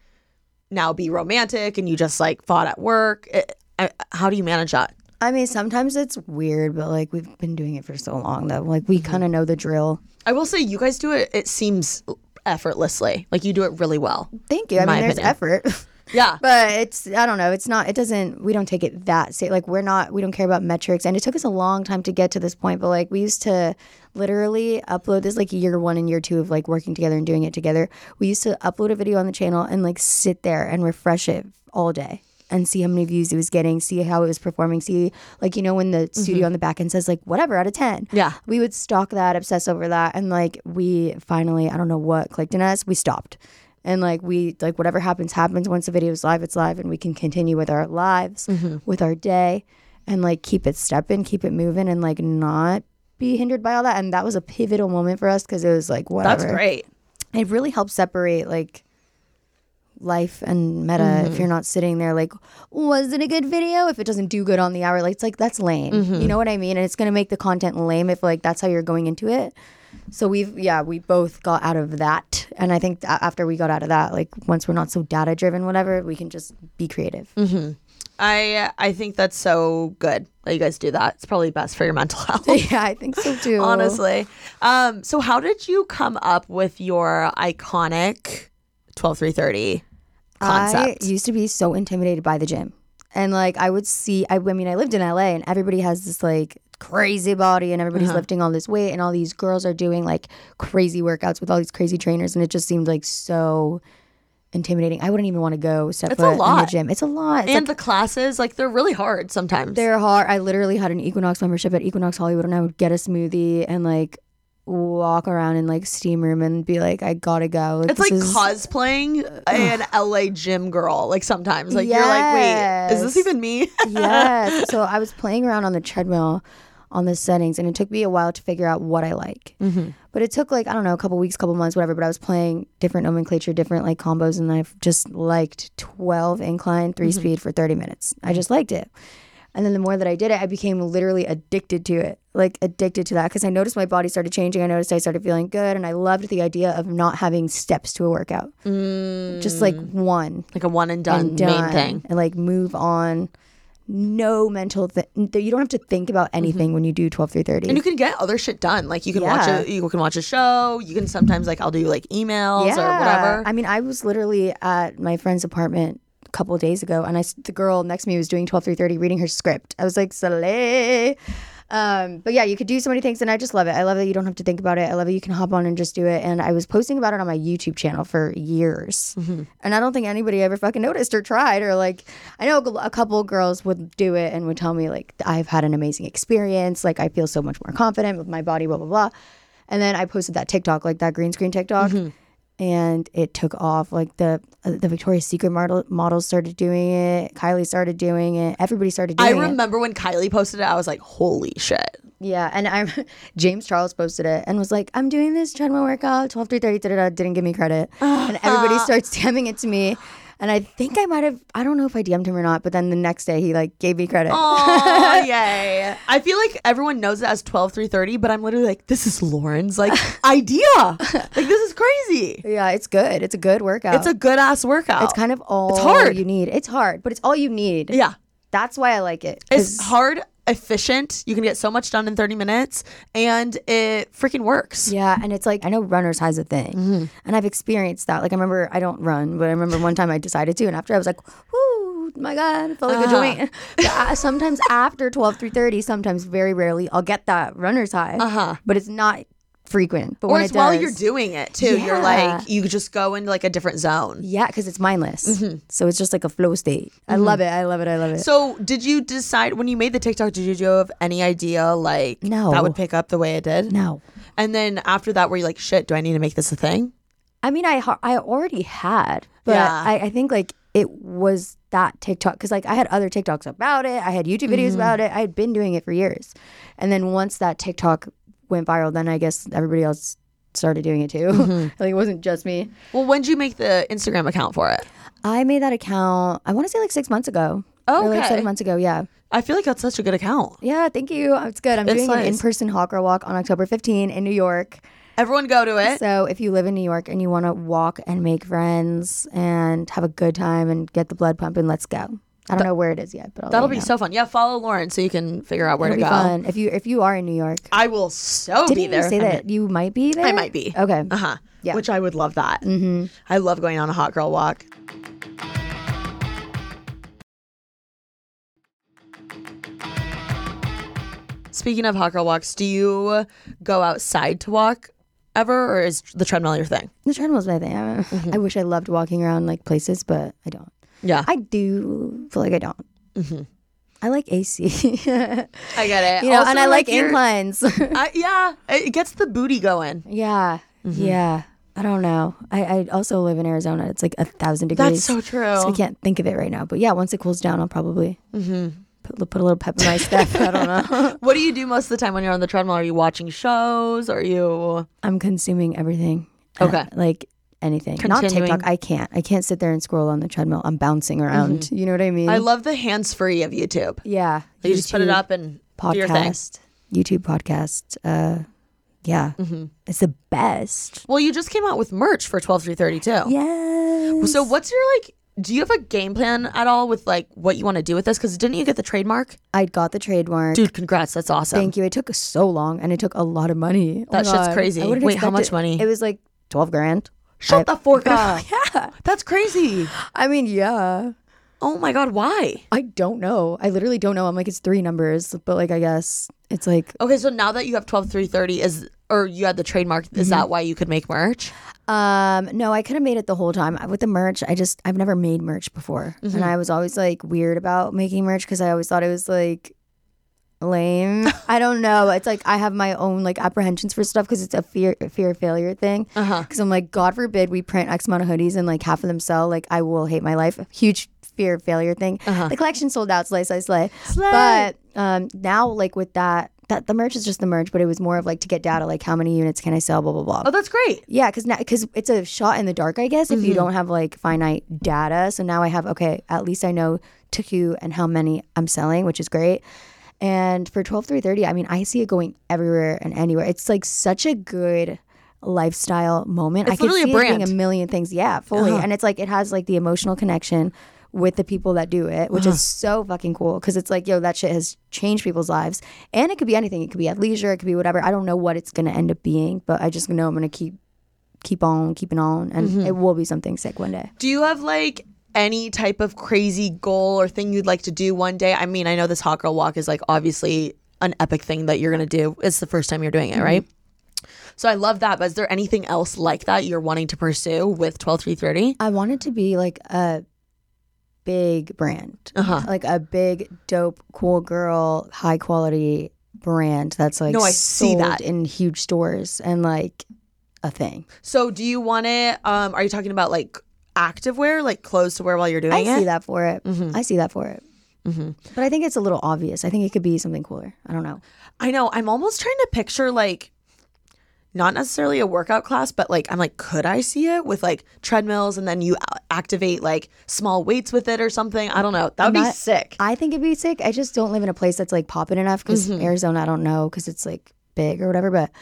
S3: now be romantic and you just like fought at work. It- I, how do you manage that?
S2: I mean, sometimes it's weird, but like we've been doing it for so long that like
S3: Mm-hmm.
S2: we kind of know the drill.
S3: I will say you guys do it. It seems effortlessly. Like you do it really well.
S2: Thank you. I
S3: My
S2: mean, there's
S3: opinion.
S2: effort.
S3: Yeah.
S2: But it's I don't know. It's not. It doesn't. We don't take it that ser- like we're not. We don't care about metrics. And it took us a long time to get to this point. But like we used to literally upload this like year one and year two of like working together and doing it together. We used to upload a video on the channel and like sit there and refresh it all day and see how many views it was getting, see how it was performing, see like you know when the studio on the back end says like whatever out of ten.
S3: Mm-hmm. Yeah.
S2: We would stalk that, obsess over that, and like we finally, I don't know what clicked in us. We stopped, and like we like whatever happens happens. Once the video is live, it's live, and we can continue with our lives, with our day, and like keep it stepping, keep it moving, and like not be hindered by all that. And that was a pivotal moment for us because it was like whatever.
S3: That's great.
S2: It really helped separate like life and meta if you're not sitting there like, was it a good video? If it doesn't do good on the hour, like it's like that's lame. You know what I mean? And it's gonna make the content lame if like that's how you're going into it. So we've yeah, we both got out of that. And I think a- after we got out of that, like once we're not so data driven, whatever, we can just be creative.
S3: I I think that's so good that you guys do that. It's probably best for your mental health.
S2: Yeah, I think so too.
S3: Honestly. Um, so how did you come up with your iconic 12330 concept?
S2: I used to be so intimidated by the gym. And like I would see I, I mean I lived in LA and everybody has this like crazy body and everybody's
S3: Uh-huh.
S2: lifting all this weight and all these girls are doing like crazy workouts with all these crazy trainers and it just seemed like so intimidating. I wouldn't even want to go step
S3: It's a
S2: foot in
S3: lot.
S2: the gym. It's a lot. It's
S3: and
S2: like,
S3: the classes, like they're really hard sometimes.
S2: they're hard. I literally had an Equinox membership at Equinox Hollywood and I would get a smoothie and like walk around in like steam room and be like I got to go.
S3: it's
S2: this
S3: like
S2: is-
S3: cosplaying an LA gym girl. Like sometimes, like you're like, wait, is this
S2: Yes.
S3: even me?
S2: yes. So I was playing around on the treadmill on the settings, and it took me a while to figure out what I like. But it took like I don't know, a couple weeks, couple months, whatever. But I was playing different nomenclature, different like combos, and I've just liked twelve incline, 3 speed for thirty minutes. I just liked it. And then the more that I did it, I became literally addicted to it, like addicted to that. Because I noticed my body started changing. I noticed I started feeling good, and I loved the idea of not having steps to a workout, just like one
S3: like a one and done,
S2: and done
S3: main thing.
S2: and like move on no mental thi- th- you don't have to think about anything when you do 12 through 30
S3: Mm-hmm. And you can get other shit done. Like you can watch
S2: Yeah.
S3: a you can watch a show. You can sometimes like I'll do like emails or whatever.
S2: i mean i was literally at my friend's apartment a couple of days ago and i s- the girl next to me was doing 12 through 30 reading her script i was like Slay. um but yeah you could do so many things and i just love it i love that you don't have to think about it i love that you can hop on and just do it and i was posting about it on my youtube channel for years and i don't think anybody ever fucking noticed or tried or like i know a couple girls would do it and would tell me like i've had an amazing experience like i feel so much more confident with my body blah blah blah and then i posted that tiktok like that green screen tiktok and it took off. Like the uh, the Victoria's Secret model models started doing it. Kylie started doing it. Everybody started doing
S3: I
S2: it.
S3: remember when Kylie posted it, I was like, holy shit.
S2: Yeah, and I'm James Charles posted it and was like, "I'm doing this treadmill workout, 12 3 30 da-da-da," didn't give me credit, and everybody starts DMing it to me. And I think I might have, I don't know if I DM'd him or not, but then the next day he like gave me credit.
S3: Oh, yay. I feel like everyone knows it as 12 330, but I'm literally like, this is Lauren's like idea. Like this is crazy.
S2: Yeah, it's good. It's a good workout.
S3: It's a good ass workout.
S2: it's kind of all
S3: hard.
S2: you need. It's hard, but it's all you need.
S3: Yeah.
S2: That's why I like it. 'cause-
S3: It's hard, efficient. You can get so much done in 30 minutes and it freaking works.
S2: Yeah, and it's like I know runner's high's a thing,
S3: Mm-hmm.
S2: and I've experienced that. Like I remember I don't run, but I remember one time I decided to, and after I was like, "Whoo, my god, it felt like a
S3: Uh-huh.
S2: joint." But I- sometimes after 12, 3.30, sometimes very rarely, I'll get that runner's high, uh-huh. but it's not frequent. But
S3: Or
S2: when
S3: it's
S2: it
S3: while you're
S2: does-
S3: doing it too. You're
S2: Yeah.
S3: like, you just go into like a different zone.
S2: yeah, because it's mindless, so it's just like a flow state. I love it. I love it. I love it.
S3: Mm-hmm. So, did you decide when you made the TikTok? Did you have any idea like
S2: No.
S3: that would pick up the way it did?
S2: no.
S3: And then after that, were you like, shit, do I need to make this a thing?
S2: I mean, I ha- I already had, but
S3: Yeah.
S2: I, I think like it was that TikTok because like I had other TikToks about it, I had YouTube
S3: Mm-hmm.
S2: videos about it, I had been doing it for years, and then once that TikTok went viral, then I guess everybody else started doing it too.
S3: Mm-hmm.
S2: like it wasn't just me.
S3: Well, when did you make the Instagram account for it?
S2: I made that account. I want to say like six months ago. Or like
S3: Okay.
S2: seven months ago, yeah.
S3: I feel like that's such a good account.
S2: Yeah, thank you. It's good. I'm
S3: It's
S2: doing an
S3: nice.
S2: in person hawker walk on October 15 in New York.
S3: Everyone go to it.
S2: So if you live in New York and you want to walk and make friends and have a good time and get the blood pumping, let's go. I don't know where it is yet, but I'll
S3: That'll
S2: let
S3: be
S2: you know.
S3: so fun. Yeah, follow Lauren so you can figure out where
S2: It'll
S3: to
S2: be
S3: go.
S2: fun if you if you are in New York.
S3: I will so
S2: Didn't
S3: be there.
S2: you say that you might be there?
S3: I might be.
S2: Okay.
S3: Uh huh.
S2: Yeah.
S3: Which I would love that. Mm-hmm. I love going on a hot girl walk. Speaking of hot girl walks, do you go outside to walk ever, or is the treadmill your thing?
S2: The treadmill's my thing. I,
S3: Mm-hmm.
S2: I wish I loved walking around like places, but I don't.
S3: Yeah, I,
S2: I do feel like I don't.
S3: Mm-hmm.
S2: I like AC. you know,
S3: get it.
S2: and I like,
S3: your-
S2: inclines.
S3: I- yeah, it gets the booty going.
S2: yeah.
S3: Mm-hmm.
S2: Yeah. I don't know. I, I also live in Arizona. It's like a thousand degrees.
S3: That's so true.
S2: So I can't think of it right now. But yeah, once it cools down, I'll probably
S3: Mm-hmm.
S2: put, put a little pep in my step. I don't know.
S3: What do you do most of the time when you're on the treadmill? Are you watching shows? Are you
S2: I'm consuming everything. Uh,
S3: Okay.
S2: like anything. Not
S3: Continuing. Mm-hmm.
S2: TikTok. I can't. I can't sit there and scroll on the treadmill. I'm bouncing around. You know what I mean?
S3: I love the hands free of YouTube.
S2: Yeah.
S3: You just put it
S2: YouTube,
S3: up and do your thing.
S2: podcast. YouTube podcast. Uh, yeah.
S3: Mm-hmm.
S2: It's the best.
S3: Well, you just came out with merch for twelve three thirty two.
S2: Yes.
S3: So what's your like? Do you have a game plan at all with like what you want to do with this? Because didn't you get the trademark?
S2: I got the trademark.
S3: Dude, congrats! That's awesome.
S2: Thank you. It took so long and it took a lot of money. Oh my
S3: That shit's
S2: God.
S3: crazy.
S2: I wouldn't
S3: Wait, how
S2: expect
S3: much
S2: it.
S3: money?
S2: It was like 12 grand.
S3: Shut the fork up.
S2: yeah.
S3: That's crazy.
S2: I mean, yeah.
S3: Oh my god, why?
S2: I don't know. I literally don't know. I'm like, it's three numbers, but like, I guess it's like,
S3: Okay, so now that you have twelve three thirty is or you had the trademark, is that why you could make merch?
S2: um, no, I could have made it the whole time with the merch. I just, I've never made merch before. And I was always like weird about making merch because I always thought it was like lame. I don't know. It's like, I have my own like apprehensions for stuff because it's a fear, fear of failure thing.
S3: Uh-huh.
S2: Because I'm like, God forbid we print X amount of hoodies and like half of them sell. Like, I will hate my life. Huge fear of failure thing. The collection sold out, slay, slay, slay. But um, now, like, with that, that the merch is just the merch, but it was more of like to get data, like, how many units can I sell, blah, blah, blah.
S3: Oh, that's great.
S2: Yeah, because now because it's a shot in the dark, I guess. If
S3: Mm-hmm.
S2: you don't have like finite data, so now I have okay. At least I know to who and how many I'm selling, which is great. And for twelve three thirty, I mean, I see it going everywhere and anywhere. It's like such a good lifestyle moment. I
S3: It's
S2: can
S3: literally a
S2: see it being
S3: brand. Uh-huh.
S2: a million things. Yeah, fully. And it's like it has like the emotional connection with the people that do it, which is
S3: Uh-huh.
S2: so fucking cool. Cause it's like, yo, that shit has changed people's lives. And it could be anything. It could be at leisure, it could be whatever. I don't know what it's gonna end up being, but I just know I'm gonna keep keep on keeping on and it
S3: Mm-hmm.
S2: will be something sick one day.
S3: Do you have like any type of crazy goal or thing you'd like to do one day? I mean, I know this hot girl walk is like obviously an epic thing that you're gonna do. It's the first time you're doing it,
S2: Mm-hmm.
S3: right? So I love that. But is there anything else like that you're wanting to pursue with twelve three thirty?
S2: I want it to be like a big brand.
S3: Uh-huh.
S2: Like a big, dope, cool girl, high quality brand that's like
S3: No, I see
S2: sold
S3: that.
S2: in huge stores and like a thing.
S3: So do you want it? Um, are you talking about like activewear, like clothes to wear while you're doing
S2: I
S3: it?
S2: see that for it.
S3: Mm-hmm.
S2: I see that for it. But I think it's a little obvious. I think it could be something cooler. I don't know.
S3: I know. I'm almost trying to picture like not necessarily a workout class, but like I'm like, could I see it with like treadmills and then you a- activate like small weights with it or something? I don't know. That would be
S2: Not-
S3: sick.
S2: I think it'd be sick. I just don't live in a place that's like popping enough because
S3: Mm-hmm.
S2: Arizona, I don't know because it's like big or whatever. But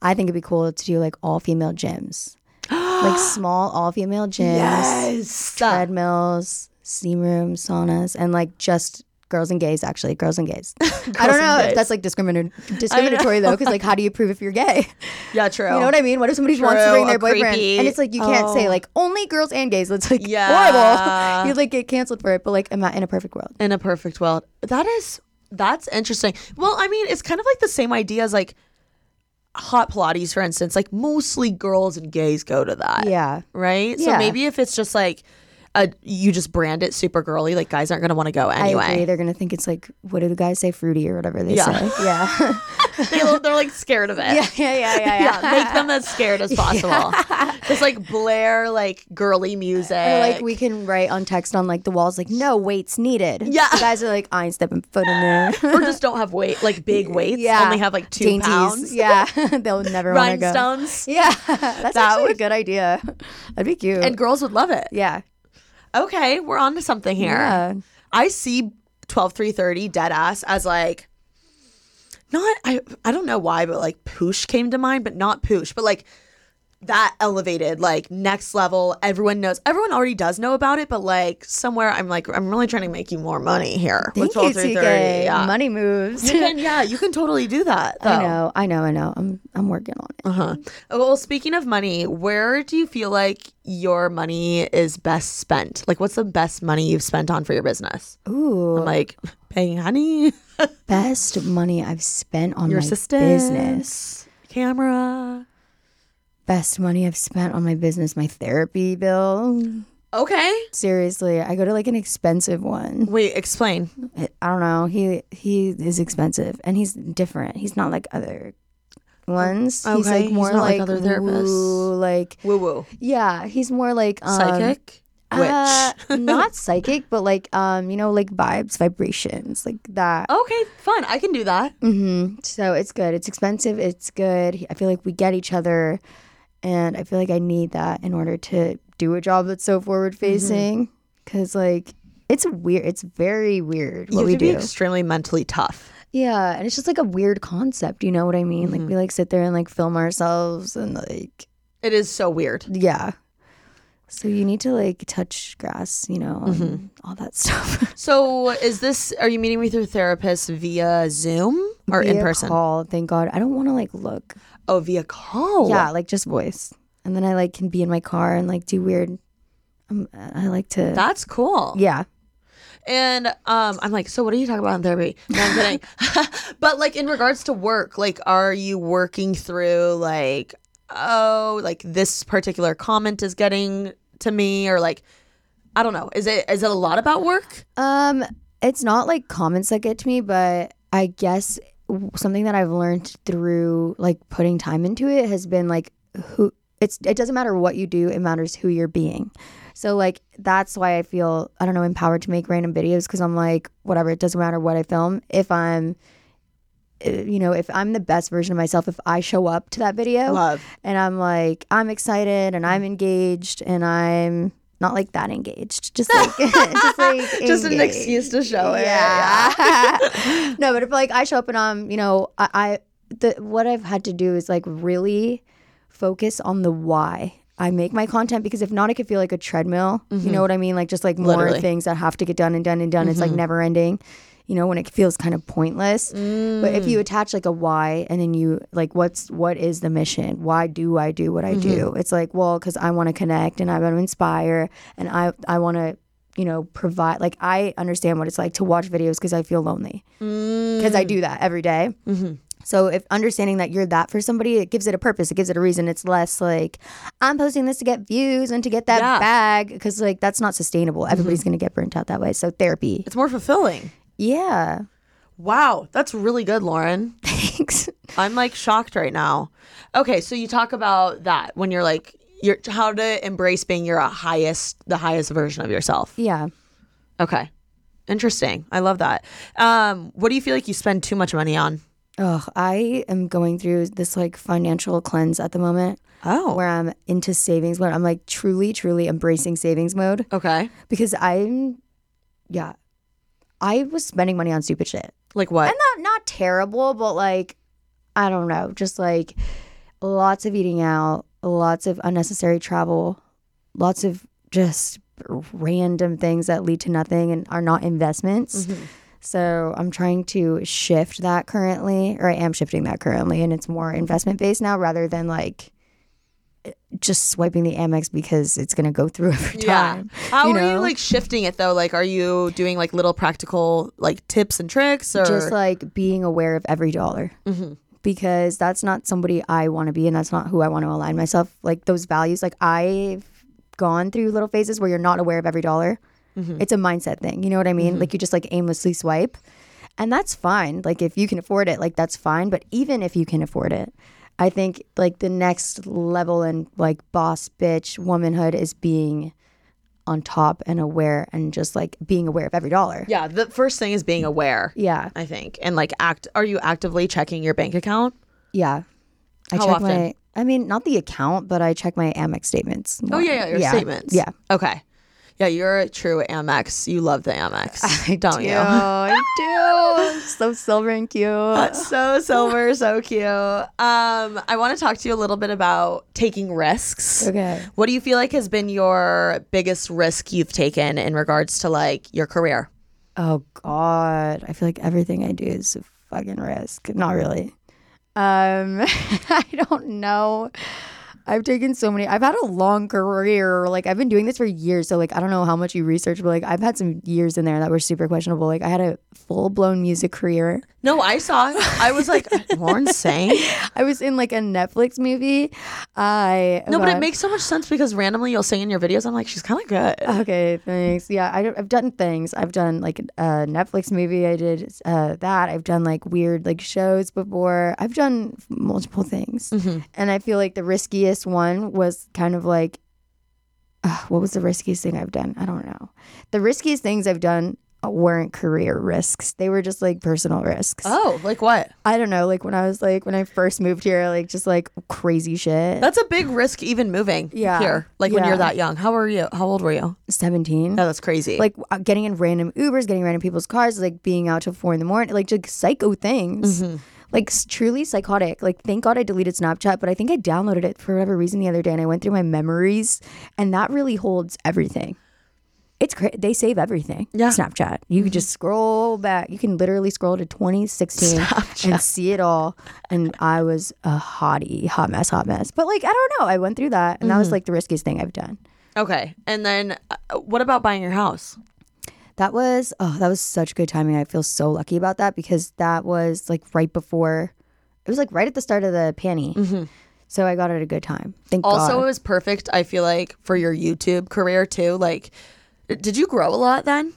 S2: I think it'd be cool to do like all female gyms, like small all female gyms,
S3: Yes.
S2: treadmills, steam rooms, saunas, and like just girls and gays. Actually, girls and gays. I don't know if that's like discrimin- discriminatory though, because like how do you prove if you're gay?
S3: yeah, true.
S2: You know what I mean? What if somebody wants to
S3: True,
S2: bring their
S3: a
S2: boyfriend?
S3: creepy-
S2: And it's like you can't say
S3: Oh.
S2: like only girls and gays. That's like
S3: Yeah.
S2: horrible. You'd like get canceled for it. But like, am I in a perfect world?
S3: In a perfect world. That is that's interesting. Well, I mean, it's kind of like the same idea as like hot Pilates, for instance. Like mostly girls and gays go to that.
S2: Yeah.
S3: Right? So
S2: Yeah.
S3: maybe if it's just like a, you just brand it super girly, like guys aren't gonna want to go anyway.
S2: I agree. They're gonna think it's like, what do the guys say, fruity or whatever they
S3: Yeah.
S2: say. Yeah.
S3: they, lo- they're like scared of it.
S2: yeah, yeah, yeah, yeah,
S3: Yeah,
S2: yeah.
S3: make them as scared as possible. Just like blare like girly music.
S2: Or like we can write on text on like the walls, like no weights needed.
S3: Yeah.
S2: the guys are like, I ain't stepping foot in there.
S3: or just don't have weight like big weights.
S2: yeah,
S3: only have like two
S2: Dainties.
S3: pounds.
S2: Yeah, they'll never want to go.
S3: Rhinestones.
S2: Yeah, that's actually a good idea. That'd be cute.
S3: And girls would love it.
S2: yeah,
S3: Okay, we're on to something here.
S2: yeah.
S3: I see 12 3 30 dead ass as like not I I don't know why but like poosh came to mind but not poosh but like that elevated like next level everyone knows everyone already does know about it but like somewhere I'm like I'm really trying to make you more money here
S2: Thank
S3: with
S2: you,
S3: 12 3 30
S2: TK.
S3: yeah.
S2: Money moves.
S3: you can yeah you can totally do that though.
S2: I know, I know, I know. I'm I'm working on it.
S3: Uh-huh. Well, speaking of money, where do you feel like your money is best spent? Like what's the best money you've spent on for your business?
S2: Ooh,
S3: Uh, I'm like paying honey.
S2: best money I've spent on
S3: your
S2: my
S3: assistant,
S2: business.
S3: camera.
S2: Best money I've spent on my business, my therapy bill.
S3: Okay.
S2: Seriously, I go to like an expensive one.
S3: Wait, explain.
S2: I I don't know. He he is expensive and he's different. He's not like other ones. He's
S3: Okay,
S2: like
S3: he's
S2: more
S3: not
S2: like,
S3: like other therapists.
S2: woo, like
S3: Woo woo.
S2: yeah, he's more like um,
S3: Psychic. Witch.
S2: uh, not psychic, but like um, you know, like vibes, vibrations, like that.
S3: Um, okay, fun. I can do that.
S2: Mm-hmm. hmm So it's good. It's expensive. It's good. I feel like we get each other, and I feel like I need that in order to do a job that's so forward
S3: Mm-hmm.
S2: facing. Because like it's weird. It's very weird what
S3: you have
S2: we
S3: to
S2: do.
S3: be extremely mentally tough.
S2: Yeah, and it's just like a weird concept. You know what I mean?
S3: Mm-hmm.
S2: Like we like sit there and like film ourselves and like
S3: It is so weird.
S2: yeah. So you need to like touch grass, you know, and
S3: Mm-hmm.
S2: all that stuff.
S3: So is this? Are you meeting with your therapist via Zoom or in
S2: Via
S3: person?
S2: Call, thank God. I don't want to like look.
S3: Oh, via call.
S2: Yeah, like just voice, and then I like can be in my car and like do weird. Um, I like to.
S3: That's cool.
S2: yeah,
S3: And um, I'm like, so what are you talking about in therapy? No, I'm kidding. but like in regards to work, like, are you working through like, oh, like this particular comment is getting to me, or like, I don't know, is it is it a lot about work?
S2: Um, it's not like comments that get to me, but I guess w- something that I've learned through like putting time into it has been like who it's it doesn't matter what you do, it matters who you're being. So like that's why I feel I don't know empowered to make random videos cuz I'm like whatever, it doesn't matter what I film if I'm uh, you know, if I'm the best version of myself, if I show up to that video,
S3: Love.
S2: and I'm like, I'm excited and I'm engaged and I'm not like that engaged. Just like, just like,
S3: Just an
S2: engaged.
S3: excuse to show it,
S2: Yeah. no, but if like I show up and I'm, you know, I, I the what I've had to do is like really focus on the why. I make my content because if not, it could feel like a treadmill. You know what I mean? Like just like more
S3: Literally.
S2: things that have to get done and done and done. It's like never ending. You know when it feels kind of pointless. But if you attach like a why and then you like what's what is the mission? Why do I do what I do? It's like, well, cuz I want to connect and I want to inspire and I I want to you know provide like I understand what it's like to watch videos cuz I feel lonely. Cuz I do that every day. So if understanding that you're that for somebody, it gives it a purpose. It gives it a reason. It's less like I'm posting this to get views and to get that
S3: Yeah.
S2: bag because like that's not sustainable. Everybody's gonna get burnt out that way. So therapy,
S3: It's more fulfilling.
S2: yeah.
S3: Wow, that's really good, Lauren.
S2: Thanks.
S3: I'm like shocked right now. Okay, so you talk about that when you're like, you're how to embrace being your highest, the highest version of yourself.
S2: Yeah.
S3: Okay. Interesting. I love that. Um, what do you feel like you spend too much money on?
S2: Oh, I am going through this like financial cleanse at the moment
S3: Oh.
S2: where I'm into savings mode. I'm like truly, truly embracing savings mode
S3: Okay.
S2: because I'm, yeah, I was spending money on stupid shit.
S3: Like what?
S2: And not not terrible, but like I don't know, just like lots of eating out, lots of unnecessary travel, lots of just random things that lead to nothing and are not investments.
S3: Mm-hmm.
S2: So I'm trying to shift that currently, or I am shifting that currently, and it's more investment based now rather than like just swiping the Amex because it's gonna go through every time.
S3: How
S2: you
S3: are you
S2: know?
S3: like shifting it though? Like, are you doing like little practical like tips and tricks or?
S2: just like being aware of every dollar because that's not somebody i want to be and that's not who i want to align myself like those values like i've gone through little phases where you're not aware of every dollar it's a mindset thing you know what i mean like you just like aimlessly swipe and that's fine like if you can afford it like that's fine but even if you can afford it i think like the next level in like boss bitch womanhood is being on top and aware and just like being aware of every dollar
S3: yeah. The first thing is being aware.
S2: yeah
S3: I think. And like act, are you actively checking your bank account?
S2: Yeah. I
S3: How
S2: check
S3: often?
S2: my I mean, not the account, but I check my Amex statements.
S3: Oh
S2: more.
S3: yeah. yeah your statements.
S2: Yeah.
S3: Okay. Yeah. You're a true Amex. You love the Amex. I don't
S2: do.
S3: you?
S2: I do. So silver and cute.
S3: That's so silver, so cute. Um, I want to talk to you a little bit about taking risks.
S2: Okay.
S3: What do you feel like has been your biggest risk you've taken in regards to like your career?
S2: Oh God. I feel like everything I do is a fucking risk. Not really. Um I don't know. I've taken so many I've had a long career. Like I've been doing this for years. So like I don't know how much you research, but like I've had some years in there that were super questionable. Like I had a full blown music career.
S3: No, I saw. I was like, Lauren saying.
S2: I was in like a Netflix movie. I
S3: No, but it
S2: got-
S3: makes so much sense because randomly you'll sing in your videos. I'm like, she's kind of good.
S2: Okay, thanks. Yeah, I, have done things. I've done like a Netflix movie. I did uh, that. I've done like weird like shows before. I've done multiple things,
S3: Mm-hmm.
S2: and I feel like the riskiest one was kind of like, uh, what was the riskiest thing I've done? I don't know. The riskiest things I've done weren't career risks. They were just like personal risks.
S3: Oh, like what?
S2: I don't know, like when I was like when I first moved here, like just like crazy shit.
S3: That's a big risk, even moving.
S2: Yeah.
S3: Here, like when you're
S2: Yeah.
S3: that young. How were you? How old were you?
S2: 17.
S3: No, that's crazy.
S2: Like uh, getting in random Ubers, getting random people's cars, like being out till four in the morning, like just psycho things. Like s- truly psychotic. Like thank God I deleted Snapchat, but I think I downloaded it for whatever reason the other day, and I went through my memories, and that really holds everything. It's cra- they save everything.
S3: Yeah.
S2: Snapchat. You can just scroll back. You can literally scroll to 2016 and see it all. And I was a hottie, hot mess, hot mess. But like I don't know, I went through that, and that was like the riskiest thing I've done.
S3: okay. And then uh, what about buying your house?
S2: That was oh, that was such good timing. I feel so lucky about that because that was like right before it was like right at the start of the panty. So I got it at a good time. Thank
S3: Mm-hmm. Also, it
S2: God.
S3: was perfect. I feel like for your YouTube career too. Like, did you grow a lot then?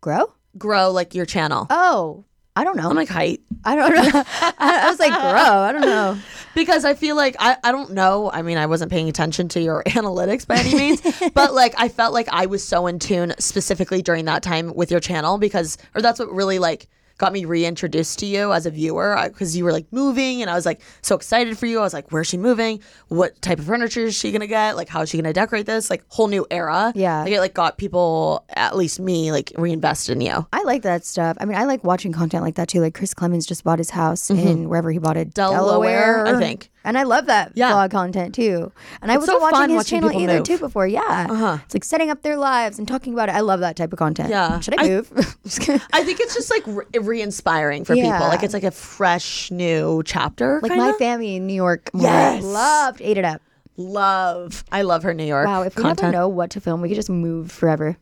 S2: Grow?
S3: Grow like your channel.
S2: Oh, I don't know.
S3: I'm like height.
S2: I don't know. I, I was like, grow. I don't know.
S3: because I feel like I, I don't know. I mean, I wasn't paying attention to your analytics by any means, but like I felt like I was so in tune specifically during that time with your channel because, or that's what really like got me reintroduced to you as a viewer because you were like moving and I was like so excited for you. I was like, where's she moving? What type of furniture is she gonna get? Like, how is she gonna decorate this? Like, whole new era.
S2: Yeah.
S3: Like, it like got people, at least me, like reinvest in you.
S2: I like that stuff. I mean, I like watching content like that too. Like Chris Clemens just bought his house in wherever he bought it,
S3: Mm-hmm. Delaware, I think.
S2: And I love that
S3: Yeah.
S2: vlog content too. And I
S3: It's
S2: was
S3: so
S2: not
S3: fun
S2: watching his
S3: watching
S2: channel
S3: people
S2: either
S3: move.
S2: too before. Yeah,
S3: Uh-huh.
S2: it's like setting up their lives and talking about it. I love that type of content.
S3: Yeah.
S2: should
S3: I-
S2: I move? Just kidding.
S3: I think it's just like re- re-inspiring for people.
S2: Yeah.
S3: Like it's like a fresh new chapter.
S2: like
S3: kinda.
S2: my family in New York. more
S3: Yes.
S2: loved, ate it up.
S3: Love. I love her New York.
S2: Wow, if we
S3: content.
S2: never know what to film, we could just move forever.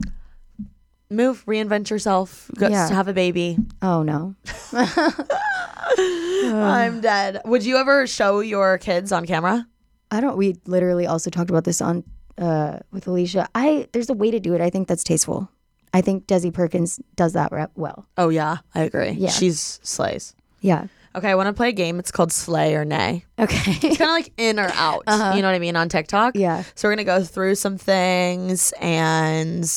S3: Move, reinvent yourself, go
S2: Yeah.
S3: have a baby.
S2: Oh no,
S3: I'm dead. Would you ever show your kids on camera?
S2: I don't. We literally also talked about this on uh, with Alicia. I there's a way to do it. I think that's tasteful. I think Desi Perkins does that re- well.
S3: Oh yeah, I agree.
S2: Yeah.
S3: She's slays.
S2: Yeah.
S3: Okay, I want to play a game. It's called Slay or Nay.
S2: Okay.
S3: It's kind of like in or out. You know what I mean on TikTok.
S2: Uh-huh. Yeah.
S3: So we're gonna go through some things, and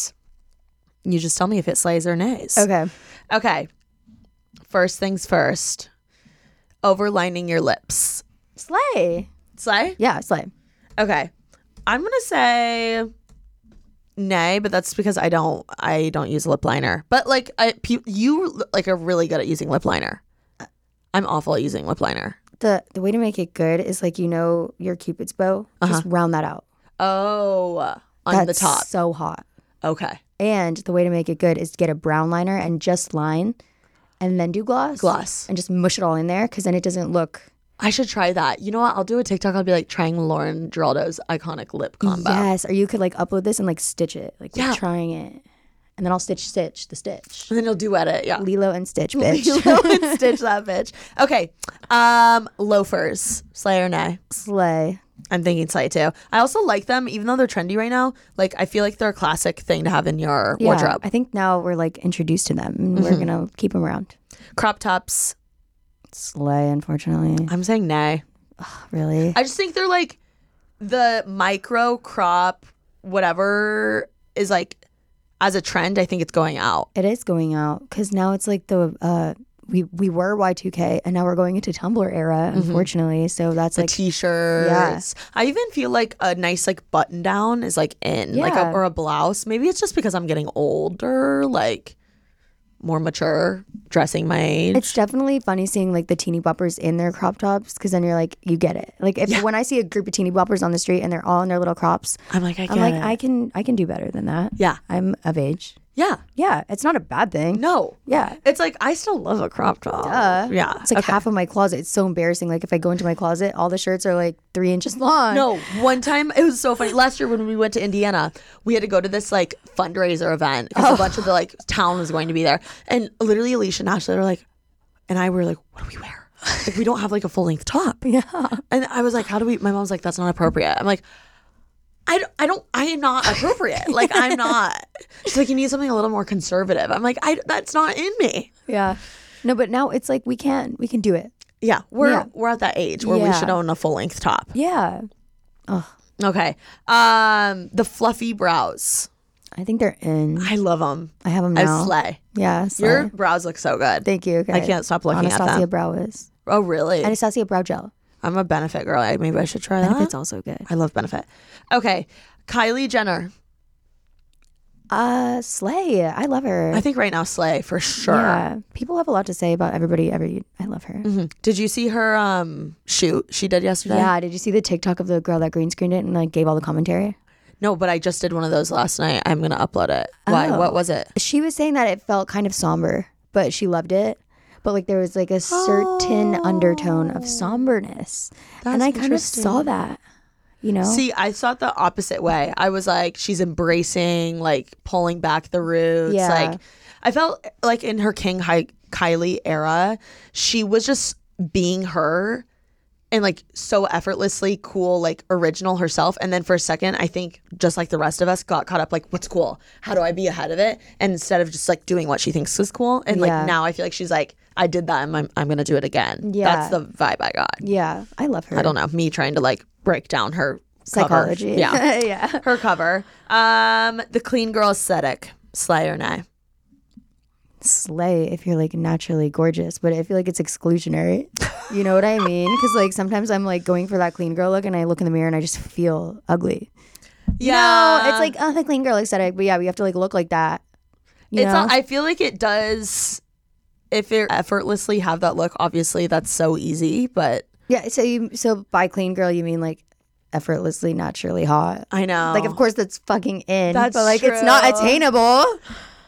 S3: you just tell me if it slays or nays.
S2: okay.
S3: Okay. First things first. Overlining your lips.
S2: Slay.
S3: Slay?
S2: Yeah, slay.
S3: Okay. I'm gonna say nay, but that's because I don't I don't use lip liner. But like I pe- you like are really good at using lip liner. I'm awful at using lip liner.
S2: The the way to make it good is like you know your cupid's bow, just round that out.
S3: Oh, Uh-huh. on the
S2: That's
S3: top.
S2: So hot.
S3: Okay.
S2: And the way to make it good is to get a brown liner and just line, and then do gloss.
S3: Gloss.
S2: And just mush it all in there because then it doesn't look.
S3: I should try that. You know what? I'll do a TikTok. I'll be like trying Lauren Geraldo's iconic lip combo.
S2: Yes. Or you could like upload this and like stitch it, like
S3: Yeah.
S2: yeah. trying it, and then I'll stitch stitch the stitch.
S3: And then you'll duet it. Yeah.
S2: Lilo and Stitch, bitch.
S3: Lilo and Stitch that bitch. Okay. Um, loafers, slay or nay?
S2: slay.
S3: I'm thinking slay too. I also like them, even though they're trendy right now. Like I feel like they're a classic thing to have in your
S2: Yeah,
S3: wardrobe. Mm-hmm.
S2: I think now we're like introduced to them and we're gonna keep them around.
S3: Crop tops.
S2: Slay, unfortunately.
S3: I'm saying nay.
S2: Really?
S3: I just think they're like the micro crop, whatever is like as a trend. I think it's going out.
S2: It is going out because now it's like the uh, we we were Y two K and now we're going into Tumblr era, unfortunately. So that's
S3: Mm-hmm. The
S2: like
S3: t-shirts. I even feel like a nice like button down is like in, like a,
S2: Yeah.
S3: or a blouse. Maybe it's just because I'm getting older, like more mature, dressing my age.
S2: it's definitely funny seeing like the teeny boppers in their crop tops because then you're like you get it. Like if when I see a group of teeny boppers on the street and they're all in their little crops,
S3: I'm like, I get
S2: I'm like
S3: it.
S2: I can I can do better than that.
S3: yeah,
S2: I'm of age.
S3: yeah,
S2: Yeah, it's not a bad thing.
S3: no.
S2: Yeah.
S3: It's like I still love a crop top.
S2: Duh.
S3: Yeah,
S2: It's like
S3: okay.
S2: half of my closet. It's so embarrassing. Like if I go into my closet, all the shirts are like three inches long.
S3: No, one time it was so funny. Last year when we went to Indiana, we had to go to this like fundraiser event
S2: Oh.
S3: because a bunch of the like town was going to be there, and literally Alicia and Ashley were like, and I were like, what do we wear? Like we don't have like a full length top. Yeah, and I was like, how do we? My mom's like, that's not appropriate. I'm like. I don't, I don't I am not appropriate. Like I'm not. She's like you need something a little more conservative. I'm like I that's not in me.
S2: Yeah. No, but now it's like we can we can do it.
S3: Yeah, we're
S2: Yeah.
S3: we're at that age where we
S2: Yeah.
S3: should own a full length top.
S2: Yeah.
S3: Okay. Um the fluffy brows.
S2: I think they're in.
S3: I love them.
S2: I have them
S3: I
S2: now.
S3: slay.
S2: Yeah,
S3: Your
S2: slay.
S3: brows look so good.
S2: Thank you. Okay.
S3: I can't stop looking at
S2: Anastasia
S3: them.
S2: Brow is
S3: oh, really?
S2: Anastasia Brow Gel.
S3: I'm a benefit girl. I- Maybe I should try that.
S2: Benefit's also good.
S3: I love benefit. Okay. Kylie Jenner.
S2: Uh, Slay. I love her.
S3: I think right now slay for sure.
S2: Yeah, people have a lot to say about everybody. Every I love her.
S3: Mhm. Did you see her um shoot she did yesterday?
S2: Yeah. Did you see the TikTok of the girl that green screened it and like gave all the commentary?
S3: No, but I just did one of those last night. I'm gonna upload it. Why?
S2: Oh.
S3: What was it?
S2: She was saying that it felt kind of somber, but she loved it. But like there was like a certain undertone of somberness, and
S3: That's
S2: I kind of saw
S3: interesting.
S2: that. You know.
S3: See, I saw it the opposite way. I was like, she's embracing, like pulling back the roots.
S2: Yeah.
S3: Like, I felt like in her King Hi- Kylie era, she was just being her and like so effortlessly cool, like original herself. And then for a second, I think just like the rest of us got caught up, like, what's cool? How do I be ahead of it? And instead of just like doing what she thinks is cool. And
S2: Yeah.
S3: like now I feel like she's like, I did that. and I'm, I'm going to do it again.
S2: Yeah.
S3: That's the vibe I got.
S2: Yeah, I love her.
S3: I don't know, me trying to like break down her cover.
S2: psychology.
S3: Yeah.
S2: yeah.
S3: her cover. Um, the clean girl aesthetic. Slay or nay?
S2: Slay if you're like naturally gorgeous, but I feel like it's exclusionary. You know what I mean? Because like sometimes I'm like going for that clean girl look, and I look in the mirror and I just feel ugly. You know, it's like oh, the clean girl aesthetic, but yeah, we have to like look like that. You
S3: it's.
S2: know?
S3: Not, I feel like it does. If you effortlessly have that look, obviously that's so easy. But
S2: yeah. So you so by clean girl you mean like effortlessly naturally hot.
S3: I know,
S2: Like of course that's fucking in,
S3: Oh. That's
S2: but like it's not
S3: true.
S2: attainable.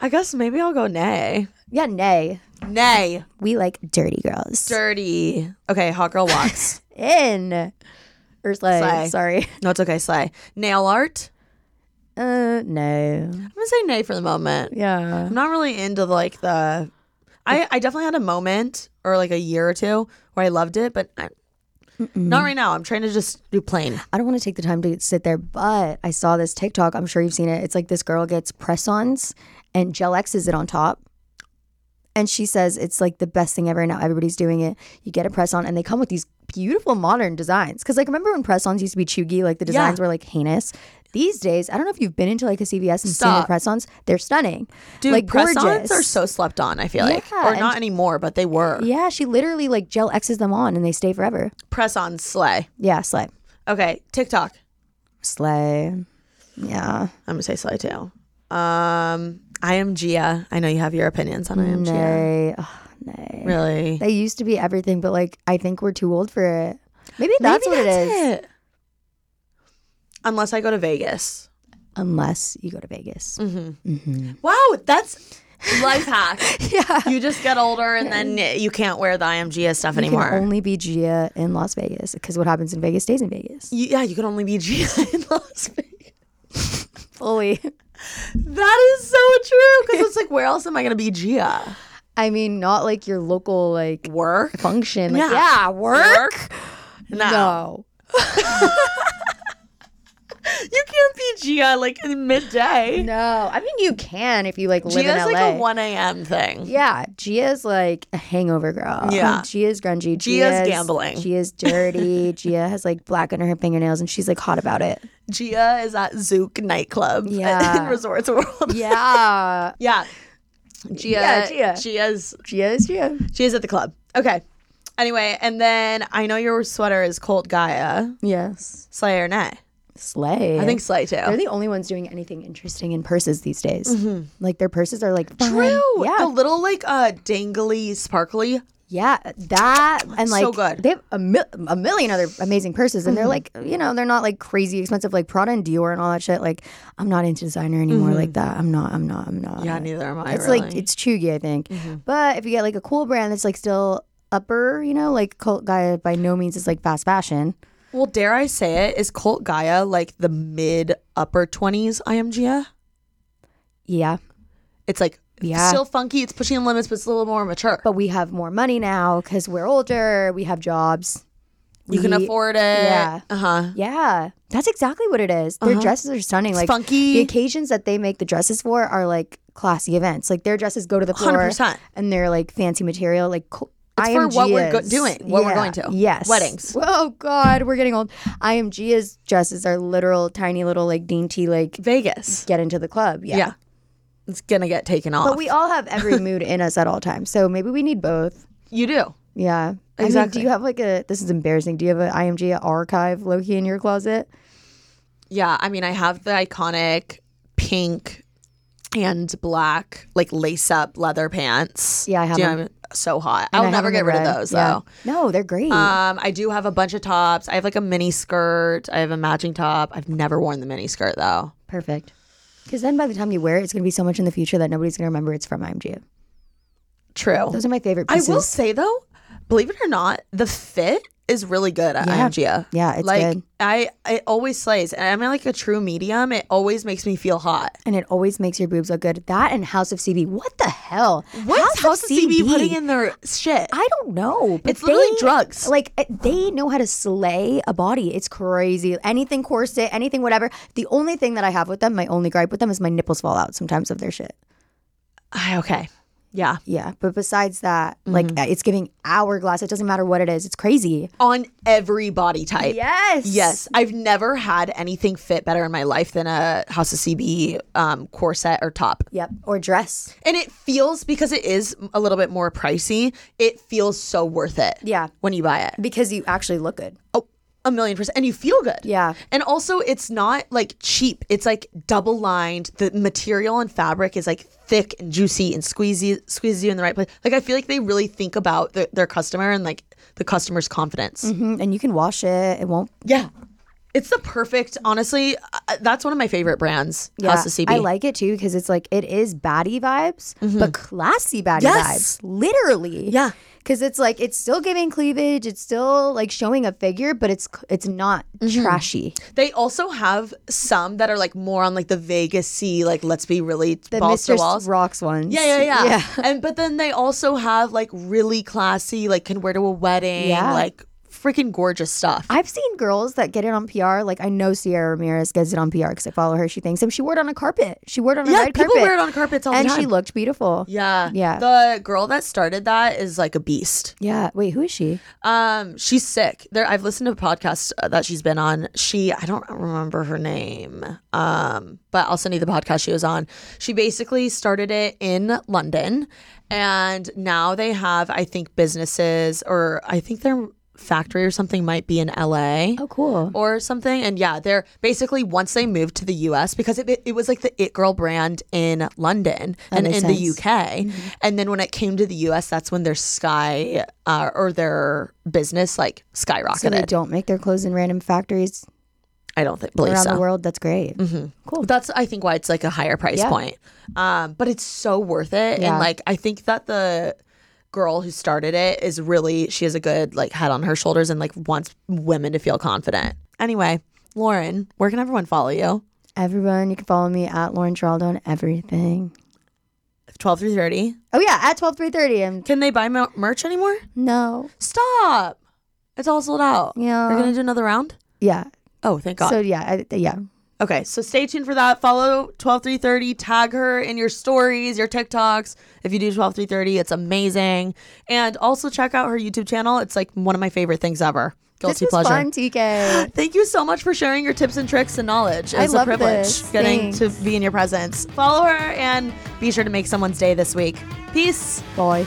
S3: I guess maybe I'll go nay.
S2: Yeah, nay.
S3: Nay,
S2: We like dirty girls.
S3: dirty. Okay, hot girl walks.
S2: in or slay.
S3: Slay.
S2: Sorry.
S3: no, it's okay. Slay. Nail art.
S2: Uh, no.
S3: I'm gonna say nay for the moment.
S2: Yeah.
S3: I'm not really into like the. I, I definitely had a moment or like a year or two where I loved it, but I, not right now. I'm trying to just do plain.
S2: I don't want to take the time to sit there, but I saw this TikTok. I'm sure you've seen it. It's like this girl gets press ons and Gel X is it on top. And she says it's like the best thing ever. Now everybody's doing it. You get a press on and they come with these beautiful modern designs. Cause like remember when press ons used to be chuggy, like the designs were like heinous. These days, I don't know if you've been into like a CVS and seen the
S3: Stop.
S2: press ons. They're stunning.
S3: Dude,
S2: like
S3: press-ons
S2: gorgeous.
S3: are so slept on. I feel like,
S2: Yeah,
S3: or
S2: and-
S3: not anymore, but they were
S2: Yeah, she literally like gel X's them on and they stay forever.
S3: press-on slay.
S2: Yeah, slay.
S3: Okay, TikTok.
S2: Slay. Yeah.
S3: I'm gonna say slay too. Um, I am Gia. I know you have your opinions on I am Gia.
S2: Nay. Ugh, nay.
S3: Really,
S2: They used to be everything, but like I think we're too old for it. Maybe that's
S3: Maybe
S2: what
S3: that's
S2: it is.
S3: it. Unless I go to Vegas.
S2: Unless you go to Vegas.
S3: Mm. Wow, that's life hack.
S2: Yeah.
S3: You just get older and then you can't wear the IMGS stuff
S2: You
S3: anymore.
S2: can only be Gia in Las Vegas because what happens in Vegas stays in Vegas.
S3: You- yeah, you can only be Gia in Las Vegas.
S2: Fully.
S3: That is so true. Because it's like, where else am I going to be Gia?
S2: I mean, not like your local like
S3: Work?
S2: function. Like,
S3: Yeah.
S2: yeah, work.
S3: No.
S2: No.
S3: You can't be Gia like in midday.
S2: No. I mean, you can if you like live
S3: Gia's
S2: in LA.
S3: like a 1 a.m. thing.
S2: Yeah, Gia's like a hangover girl.
S3: Yeah.
S2: Gia's grungy.
S3: Gia's gambling.
S2: Gia's dirty. Gia has like black under her fingernails, and she's like hot about it.
S3: Gia is at Zook nightclub
S2: Yeah.
S3: in Resorts World.
S2: Yeah,
S3: yeah. Gia,
S2: Yeah, Gia.
S3: Gia's
S2: Gia's Gia.
S3: Gia's at the club. Okay. Anyway, and then I know your sweater is Colt Gaia.
S2: Yes,
S3: Slayer Net.
S2: slay.
S3: I think Slay too.
S2: they're the only ones doing anything interesting in purses these days. Like their purses are like fun.
S3: Mm-hmm. True.
S2: Yeah,
S3: The little like uh dangly sparkly.
S2: yeah, that and like
S3: So good. Mm-hmm.
S2: They have a, mil- a million other amazing purses, and they're like you know they're not like crazy expensive like Prada and Dior and all that shit. Like I'm not into designer anymore like that. I'm not. I'm not. I'm not.
S3: Mm-hmm. Yeah, neither am I.
S2: It's
S3: really. Mm-hmm.
S2: like it's Chugi, I think. But if you get like a cool brand that's like still upper, you know, like Cult Guy by no means is like fast fashion.
S3: well, dare I say it? Is Colt Gaia like the mid upper twenties IMGA?
S2: Yeah,
S3: It's like
S2: Yeah.
S3: still funky, it's pushing the limits, but it's a little more mature.
S2: but we have more money now because we're older. We have jobs.
S3: you can
S2: we-
S3: afford it.
S2: yeah.
S3: Uh huh.
S2: Yeah, that's exactly what it is. Their dresses are stunning. like
S3: Uh-huh. funky.
S2: The occasions that they make the dresses for are like classy events. Like their dresses go to the floor,
S3: 100%.
S2: and they're like fancy material. Like Col-
S3: It's for what we're go-
S2: IMGs.
S3: doing, what we're going to.
S2: Yes.
S3: Weddings.
S2: Oh God, we're getting old. IMG's dresses are literal tiny little like dainty like
S3: Vegas.
S2: get into the club.
S3: Yeah.
S2: Yeah.
S3: It's gonna get taken off.
S2: But we all have every mood in us at all times. So maybe we need both.
S3: you do.
S2: Yeah. I mean, do
S3: Exactly.
S2: you have like a this is embarrassing. Do you have an IMG archive Loki in your closet?
S3: Yeah, I mean, I have the iconic pink and black, like lace up leather pants.
S2: Yeah, I have
S3: Do you know
S2: them.
S3: what I mean? So hot.
S2: And
S3: I'll
S2: I have
S3: never
S2: them in
S3: get rid of
S2: red.
S3: those,
S2: Yeah.
S3: though.
S2: No, they're great.
S3: Um, I do have a bunch of tops. I have like a mini skirt. I have a matching top. I've never worn the mini skirt though.
S2: Perfect. Because then by the time you wear it, it's going to be so much in the future that nobody's going to remember it's from IMG.
S3: True.
S2: Those are my favorite
S3: I
S2: pieces.
S3: will say though, believe it or not, the fit is really good at
S2: Yeah.
S3: IMGA.
S2: Yeah, it's
S3: like
S2: good.
S3: I it always slays. And I'm like a true medium. It always makes me feel hot.
S2: And it always makes your boobs look good. That and House of CB. What the hell?
S3: What's House of CB putting in their shit?
S2: I don't know. but
S3: It's literally
S2: they-
S3: drugs.
S2: Like uh, they know how to slay a body. It's crazy. Anything corset, anything whatever. The only thing that I have with them, my only gripe with them, is my nipples fall out sometimes of their shit.
S3: Ah, okay. Yeah.
S2: Yeah, but besides that, like
S3: Mm-hmm.
S2: uh, it's giving hourglass. It doesn't matter what it is. It's crazy.
S3: On every body type.
S2: Yes.
S3: Yes, I've never had anything fit better in my life than a House of CB um, corset or top.
S2: Yep. Or dress.
S3: And it feels because it is a little bit more pricey, it feels so worth it.
S2: Yeah.
S3: When you buy it.
S2: Because you actually look good.
S3: Oh, a million percent. And you feel good.
S2: Yeah.
S3: And also it's not like cheap. It's like double lined. The material and fabric is like thick and juicy and squeezy squeezes you in the right place. Like I feel like they really think about their their customer and like the customer's confidence.
S2: Mhm, And you can wash it. It won't.
S3: Yeah. It's the perfect, honestly, uh, that's one of my favorite brands,
S2: Yeah,
S3: House of CB.
S2: I like it too because it's like it is baddie vibes, but classy baddie
S3: Mm-hmm. Yes.
S2: vibes, literally.
S3: Yeah.
S2: because it's like it's still giving cleavage, it's still like showing a figure, but it's it's not
S3: Mm-hmm.
S2: trashy.
S3: They also have some that are like more on like the Vegas sea, like let's be really
S2: The
S3: balls to
S2: Mr.
S3: walls.
S2: Rocks ones.
S3: Yeah, yeah, yeah, And but then they also have like really classy, like can wear to a wedding,
S2: Yeah.
S3: like freaking gorgeous stuff.
S2: I've seen girls that get it on PR. Like I know Sierra Ramirez gets it on PR because I follow her. She thinks him. She wore it on a carpet. She wore it on a
S3: Yeah,
S2: red
S3: people
S2: carpet.
S3: wear it on carpets all the
S2: and she
S3: time.
S2: looked beautiful.
S3: yeah,
S2: Yeah.
S3: The girl that started that is like a beast.
S2: Yeah. Wait, who is she?
S3: Um, she's sick. There, I've listened to a podcast uh, that she's been on. She, I don't remember her name. Um, but I'll send you the podcast she was on. She basically started it in London, and now they have, I think, businesses or I think their factory or something might be in LA
S2: Oh, cool.
S3: or something. And yeah, they're basically once they moved to the US because it, it was like the It Girl brand in London and in
S2: makes
S3: the
S2: sense. Mm-hmm.
S3: UK. And then when it came to the US, that's when their sky uh, or their business like
S2: So they
S3: skyrocketed.
S2: don't make their clothes in random factories
S3: I don't think, believe
S2: around
S3: so.
S2: the world. That's great.
S3: Mm-hmm.
S2: Cool.
S3: That's I think why it's like a higher price
S2: Yeah.
S3: point. Um, but it's so worth it.
S2: Yeah.
S3: And like I think that the girl who started it is really she has a good like head on her shoulders and like wants women to feel confident. Anyway, Lauren, where can everyone follow you?
S2: Everyone, you can follow me at Lauren Geraldo on everything.
S3: Twelve through thirty.
S2: Oh yeah, at twelve three thirty. And
S3: Can they buy mer- merch anymore?
S2: no,
S3: Stop! It's all sold out.
S2: Yeah.
S3: We're gonna do another round.
S2: yeah.
S3: Oh, thank God.
S2: So yeah, I, yeah.
S3: okay, so stay tuned for that. Follow twelve three thirty. Tag her in your stories, your TikToks. If you do twelve three thirty, it's amazing. And also check out her YouTube channel. It's like one of my favorite things ever. Guilty
S2: this was
S3: pleasure.
S2: fun, TK.
S3: Thank you so much for sharing your tips and tricks and knowledge. It
S2: I
S3: was
S2: love
S3: a privilege
S2: this.
S3: getting
S2: Thanks.
S3: to be in your presence. Follow her and be sure to make someone's day this week. Peace.
S2: Bye.